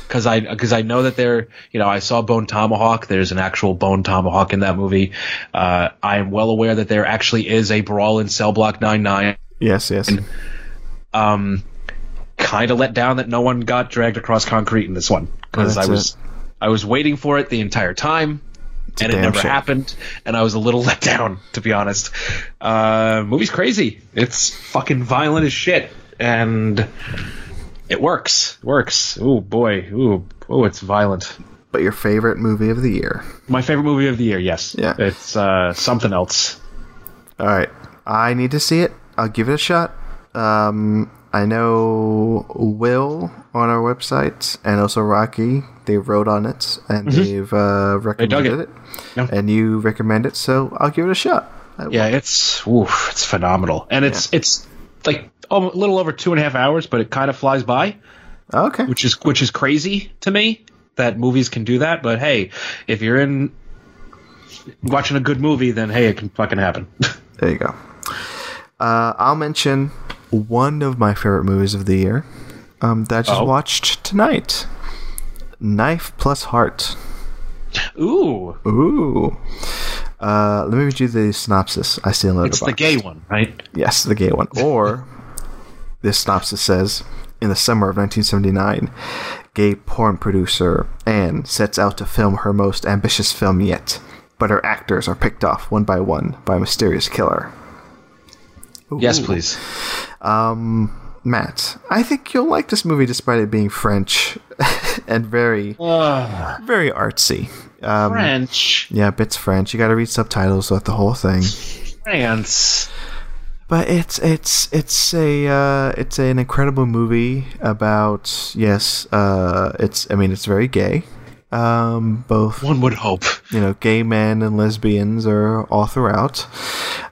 S3: because I because I know that they're you know I saw Bone Tomahawk. There's an actual Bone Tomahawk in that movie. Uh, I am well aware that there actually is a brawl in Cell Block 99.
S1: Yes, yes.
S3: Um, kind of let down that no one got dragged across concrete in this one because I
S1: That's
S3: was I was waiting for it the entire time. and it
S1: damn
S3: never
S1: shame.
S3: happened, and I was a little let down, to be honest. Uh, movie's crazy. It's fucking violent as shit, and it works. Works. Ooh boy. Ooh. Oh, it's violent.
S1: But your favorite movie of the year.
S3: My favorite movie of the year. Yes.
S1: Yeah.
S3: It's uh, something else.
S1: All right, I need to see it. I'll give it a shot. Um, I know Will on our website and also Rocky. They wrote on it and they've uh,
S3: Mm-hmm. dug
S1: recommended it,
S3: it. Yeah.
S1: and you recommend it, so I'll give it a shot. I will.
S3: Yeah. It's oof. It's phenomenal, and it's it's like a little over two and a half hours, but it kind of flies by.
S1: Okay.
S3: which is which is crazy to me that movies can do that. But hey, if you're in watching a good movie, then hey, it can fucking happen.
S1: There you go. Uh, I'll mention one of my favorite movies of the year um, that I just
S3: Oh.
S1: watched tonight. Knife plus Heart.
S3: Ooh,
S1: Ooh. Uh, let me read you the synopsis. I see in Letterboxd.
S3: it's the gay one, right?
S1: Yes, the gay one. Or This synopsis says In the summer of 1979, gay porn producer Anne sets out to film her most ambitious film yet, but her actors are picked off one by one by a mysterious killer.
S3: Yes, please.
S1: Um, Matt, I think you'll like this movie despite it being French and very, very artsy. Um,
S3: Uh, French.
S1: Yeah, it's French. You got to read subtitles throughout the whole thing.
S3: France.
S1: But it's it's it's a uh, it's an incredible movie about yes uh, it's I mean it's very gay, um, both
S3: One would hope.
S1: you know gay men and lesbians are all throughout.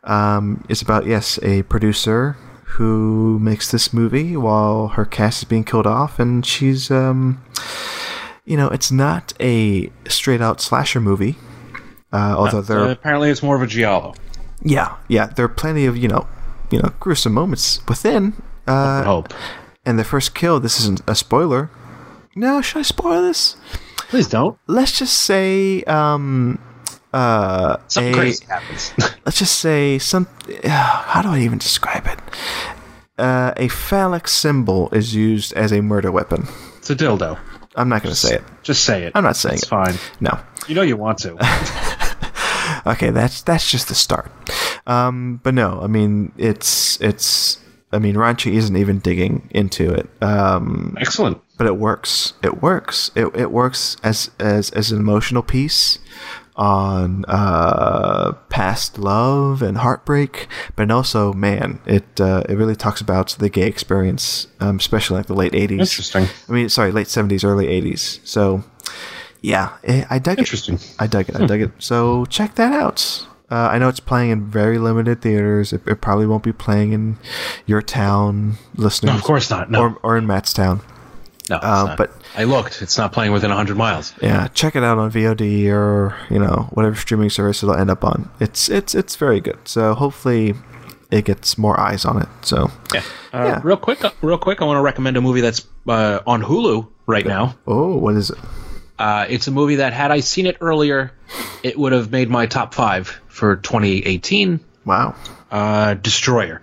S1: Um, it's about yes a producer who makes this movie while her cast is being killed off and she's um, you know it's not a straight out slasher movie. Uh, although there
S3: Uh, apparently, it's more of a giallo.
S1: yeah, yeah. There are plenty of you know, you know, gruesome moments within. Uh,
S3: hope.
S1: And the first kill. This isn't a spoiler. No, should I spoil this?
S3: Please don't.
S1: Let's just say, um, uh,
S3: Something
S1: a-
S3: crazy happens.
S1: let's just say some. How do I even describe it? Uh, a phallic symbol is used as a murder weapon.
S3: it's a dildo.
S1: I'm not going to say it.
S3: Just say it.
S1: I'm not saying it.
S3: it's
S1: Um,
S3: fine.
S1: No.
S3: You know you want to.
S1: okay, that's that's just the start. Um, but no, I mean it's it's I mean Ranchi isn't even digging into it. Um,
S3: Excellent.
S1: but it works. It works. It, it works as as as an emotional piece on uh, past love and heartbreak, but also man, it uh, it really talks about the gay experience, um, especially like the late eighties.
S3: Interesting.
S1: I mean, sorry, late seventies, early eighties. So yeah, eh, I dug
S3: Interesting.
S1: it. I dug it. I dug it. So check that out. Uh, I know it's playing in very limited theaters. It, it probably won't be playing in your town, listeners.
S3: No, of course not. No,
S1: Or, or in Matt's town.
S3: no. it's
S1: uh,
S3: not.
S1: but-
S3: I looked. It's not playing within 100 miles.
S1: Yeah, check it out on VOD or you know whatever streaming service it'll end up on. It's it's it's very good. So hopefully, it gets more eyes on it. So
S3: Yeah. Uh,
S1: Yeah.
S3: Real quick, real quick. I want to recommend a movie that's uh, on Hulu right now.
S1: oh, what is it?
S3: Uh, it's a movie that had I seen it earlier, it would have made my top five for 2018.
S1: Wow.
S3: Uh, Destroyer.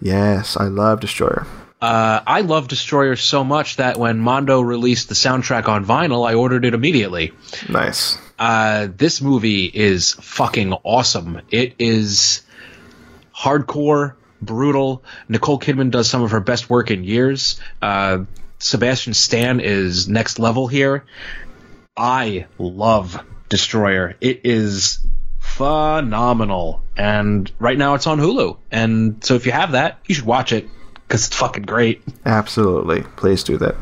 S1: Yes, I love Destroyer.
S3: Uh, I love Destroyer so much that when Mondo released the soundtrack on vinyl, I ordered it immediately.
S1: Nice.
S3: Uh, this movie is fucking awesome. It is hardcore, brutal. Nicole Kidman does some of her best work in years. Uh, Sebastian Stan is next level here. I love Destroyer. It is phenomenal. And right now it's on Hulu. And so if you have that, you should watch it because it's fucking great.
S1: Absolutely. Please do that.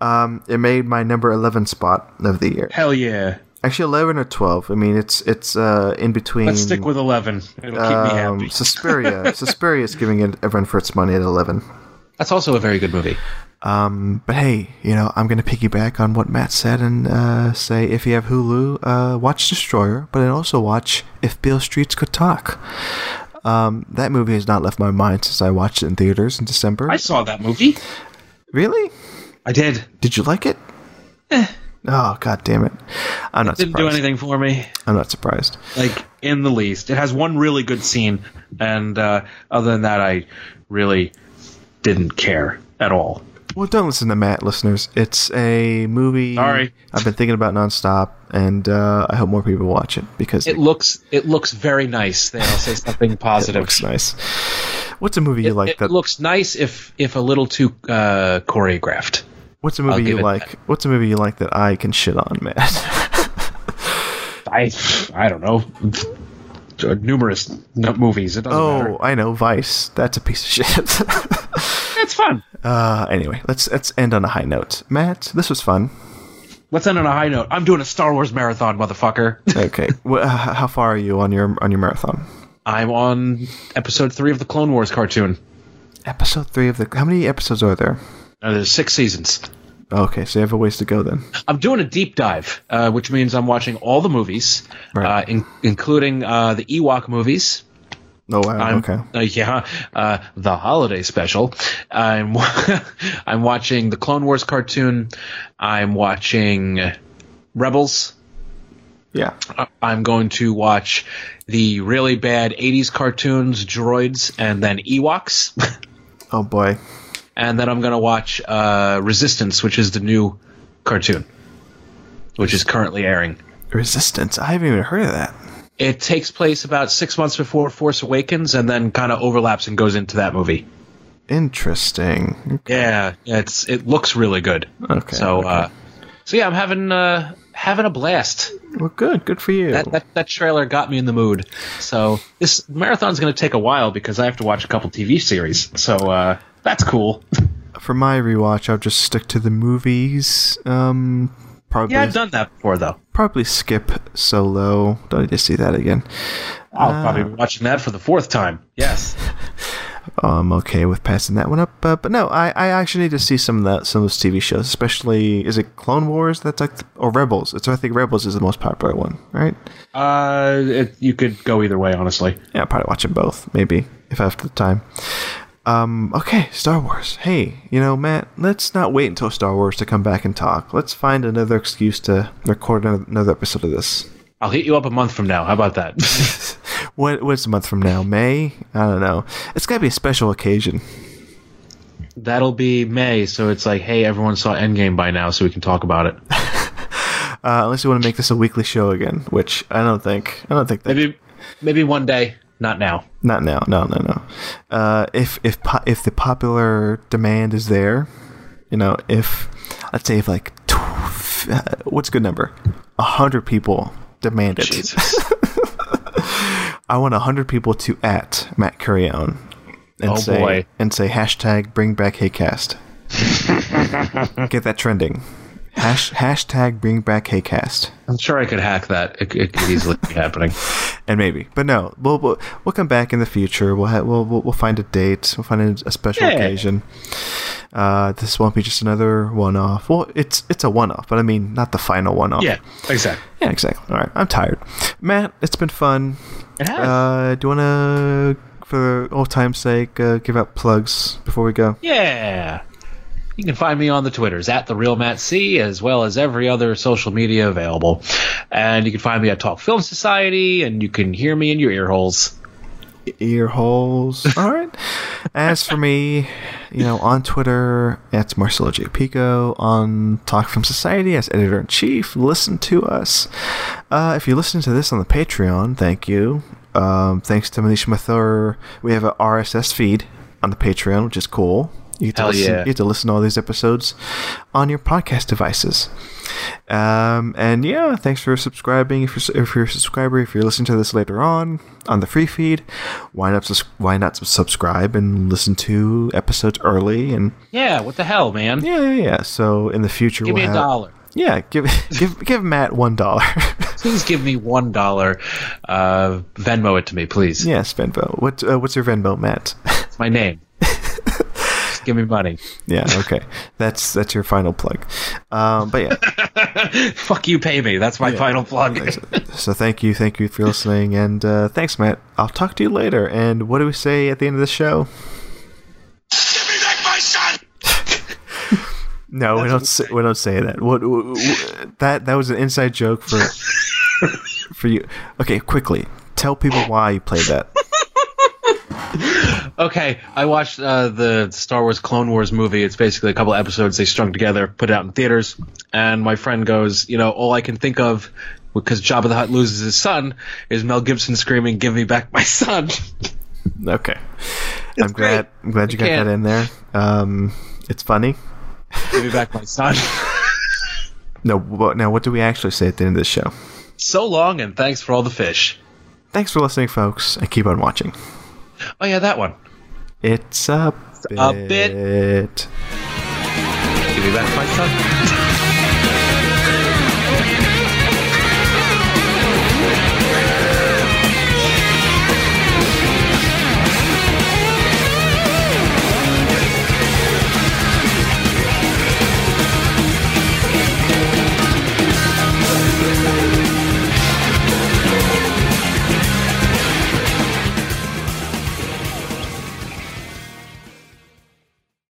S1: Um, it made my number eleven spot of the year.
S3: Hell yeah.
S1: Actually, eleven or twelve. I mean, it's it's uh, in between.
S3: Let's stick with 11. It'll keep me
S1: um,
S3: happy.
S1: Suspiria. Suspiria is giving it everyone for its money at eleven.
S3: That's also a very good movie.
S1: Um, but hey, you know, I'm going to piggyback on what Matt said and uh, say if you have Hulu, uh, watch Destroyer, but then also watch If Beale Streets Could Talk. Um, that movie has not left my mind since I watched it in theaters in December.
S3: I saw that movie.
S1: really?
S3: I did.
S1: Did you like it?
S3: Eh.
S1: Oh god damn it! I'm not
S3: didn't
S1: surprised.
S3: do anything for me
S1: I'm not surprised.
S3: like in the least it has one really good scene and uh, other than that i really didn't care at all
S1: Well, don't listen to Matt, listeners. It's a movie.
S3: Sorry.
S1: I've been thinking about nonstop, and uh, I hope more people watch it because
S3: it looks it looks very nice they all say something
S1: it
S3: positive
S1: looks nice. What's a movie you like
S3: it
S1: that
S3: looks nice if if a little too uh, choreographed
S1: What's a movie
S3: give
S1: you
S3: it
S1: like? What's a movie you like that I can shit on, Matt?
S3: i i don't know There are numerous n- movies it doesn't
S1: oh,
S3: matter
S1: I know, Vice. That's a piece of shit.
S3: it's fun
S1: uh, anyway, let's let's end on a high note. Matt, this was fun.
S3: let's end on a high note i'm doing a star wars marathon motherfucker
S1: Okay, well, h- how far are you on your on your marathon?
S3: i'm on episode three of the clone wars cartoon
S1: Episode three of the. How many episodes are there?
S3: Uh, there's six seasons
S1: Okay, so you have a ways to go then.
S3: I'm doing a deep dive, uh, which means I'm watching all the movies,
S1: Right.
S3: uh, in- including uh, the Ewok movies.
S1: Oh wow.
S3: I'm,
S1: okay.
S3: uh, yeah, uh, the holiday special. I'm I'm watching the Clone Wars cartoon. I'm watching Rebels.
S1: Yeah.
S3: I- I'm going to watch the really bad 80s cartoons, Droids, and then Ewoks.
S1: Oh boy.
S3: and then I'm gonna watch uh, Resistance, which is the new cartoon, which is currently airing.
S1: Resistance. I haven't even heard of that.
S3: It takes place about six months before Force Awakens, and then kind of overlaps and goes into that movie.
S1: Interesting.
S3: Yeah, it's it looks really good.
S1: Okay,
S3: So,
S1: okay.
S3: Uh, so yeah, I'm having uh, having a blast.
S1: Well, good. Good for you.
S3: That, that that trailer got me in the mood. So this marathon's gonna take a while because I have to watch a couple TV series. So uh, that's cool.
S1: for my rewatch, I'll just stick to the movies. Um, probably,
S3: Yeah, I've done that before though.
S1: probably skip Solo. Don't need to see that again.
S3: I'll probably be watching that for the fourth time. Yes.
S1: I'm okay with passing that one up. Uh, but no, I, I actually need to see some of that, some of those TV shows, especially is it Clone Wars? That's like the, or Rebels. It's I think Rebels is the most popular one, right?
S3: Uh, it, you could go either way, honestly.
S1: Yeah, I'll probably watch them both, maybe if I have the time. Um, okay, Star Wars. Hey, you know, Matt, let's not wait until Star Wars to come back and talk. Let's find another excuse to record an- another episode of this.
S3: I'll hit you up a month from now. How about that?
S1: What what's a month from now? May? I don't know. It's gotta be a special occasion.
S3: That'll be May, so it's like, hey, everyone saw Endgame by now, so we can talk about it.
S1: Uh, unless you want to make this a weekly show again, which I don't think. I don't think that.
S3: Maybe, maybe one day. Not now.
S1: Not now. No, no, no. Uh, if if po- if the popular demand is there, you know, if let's say if like tw- uh, what's a good number? A hundred people demand it.
S3: Jesus.
S1: I want a hundred people to at Matt Curione and
S3: Oh,
S1: say
S3: boy.
S1: and say hashtag bring back Haycast. Get that trending. Hash, hashtag bring back Haycast.
S3: I'm sure I could hack that. It, it could easily be happening.
S1: and maybe, but no, we'll we'll, we'll come back in the future. We'll, ha- we'll we'll we'll find a date. We'll find a, a special
S3: Yeah.
S1: occasion. Uh, this won't be just another one-off. Well, it's it's a one-off, but I mean not the final one-off.
S3: Yeah, exactly.
S1: yeah, exactly. All right, I'm tired, Matt. It's been fun.
S3: It has.
S1: Uh, do you want to, for old time's sake, uh, give out plugs before we go?
S3: yeah. You can find me on the Twitters at the real Matt C, as well as every other social media available. And you can find me at Talk Film Society, and you can hear me in your ear holes.
S1: ear holes. All right. As for me, you know, on Twitter, it's Marcelo J. Pico. On Talk From Society, as editor in chief, listen to us. Uh, if you listen to this on the Patreon, thank you. Um, thanks to Manisha Mathur. We have an RSS feed on the Patreon, which is cool. You get, to
S3: Hell
S1: listen,
S3: yeah.
S1: you get to listen to all these episodes on your podcast devices. Um, and yeah, thanks for subscribing. If you're, if you're a subscriber, if you're listening to this later on on the free feed, why not sus- why not subscribe and listen to episodes early? And
S3: Yeah, what the hell, man?
S1: yeah, yeah, yeah. So in the future,
S3: Give me
S1: we'll
S3: a
S1: have,
S3: dollar.
S1: Yeah, give give give Matt one dollar.
S3: Please give me one dollar. Uh, Venmo it to me, please.
S1: yes, Venmo. What uh, what's your Venmo, Matt?
S3: It's my name. Just give me money.
S1: yeah, okay. That's that's your final plug. Um, but yeah.
S3: Fuck you, pay me. That's my final plug.
S1: So thank you, thank you for listening, and uh, thanks, Matt. I'll talk to you later. And what do we say at the end of the show? Give me back my son. no, we don't. Say, we don't say that. What, what, what- that that was an inside joke for for you. Okay, quickly tell people why you played that.
S3: okay, I watched uh, the Star Wars Clone Wars movie. It's basically a couple episodes they strung together, put it out in theaters. And my friend goes, you know, all I can think of because Jabba the Hutt loses his son is Mel Gibson screaming, "Give me back my son."
S1: Okay, I'm glad.
S3: great.
S1: I'm glad you
S3: I
S1: got
S3: can't.
S1: that in there. Um, it's funny.
S3: give me back my son.
S1: No, what, now what do we actually say at the end of the show?
S3: so long, and thanks for all the fish.
S1: Thanks for listening, folks, and keep on watching.
S3: Oh yeah, that one.
S1: It's a bit.
S3: a bit. Give me back my son.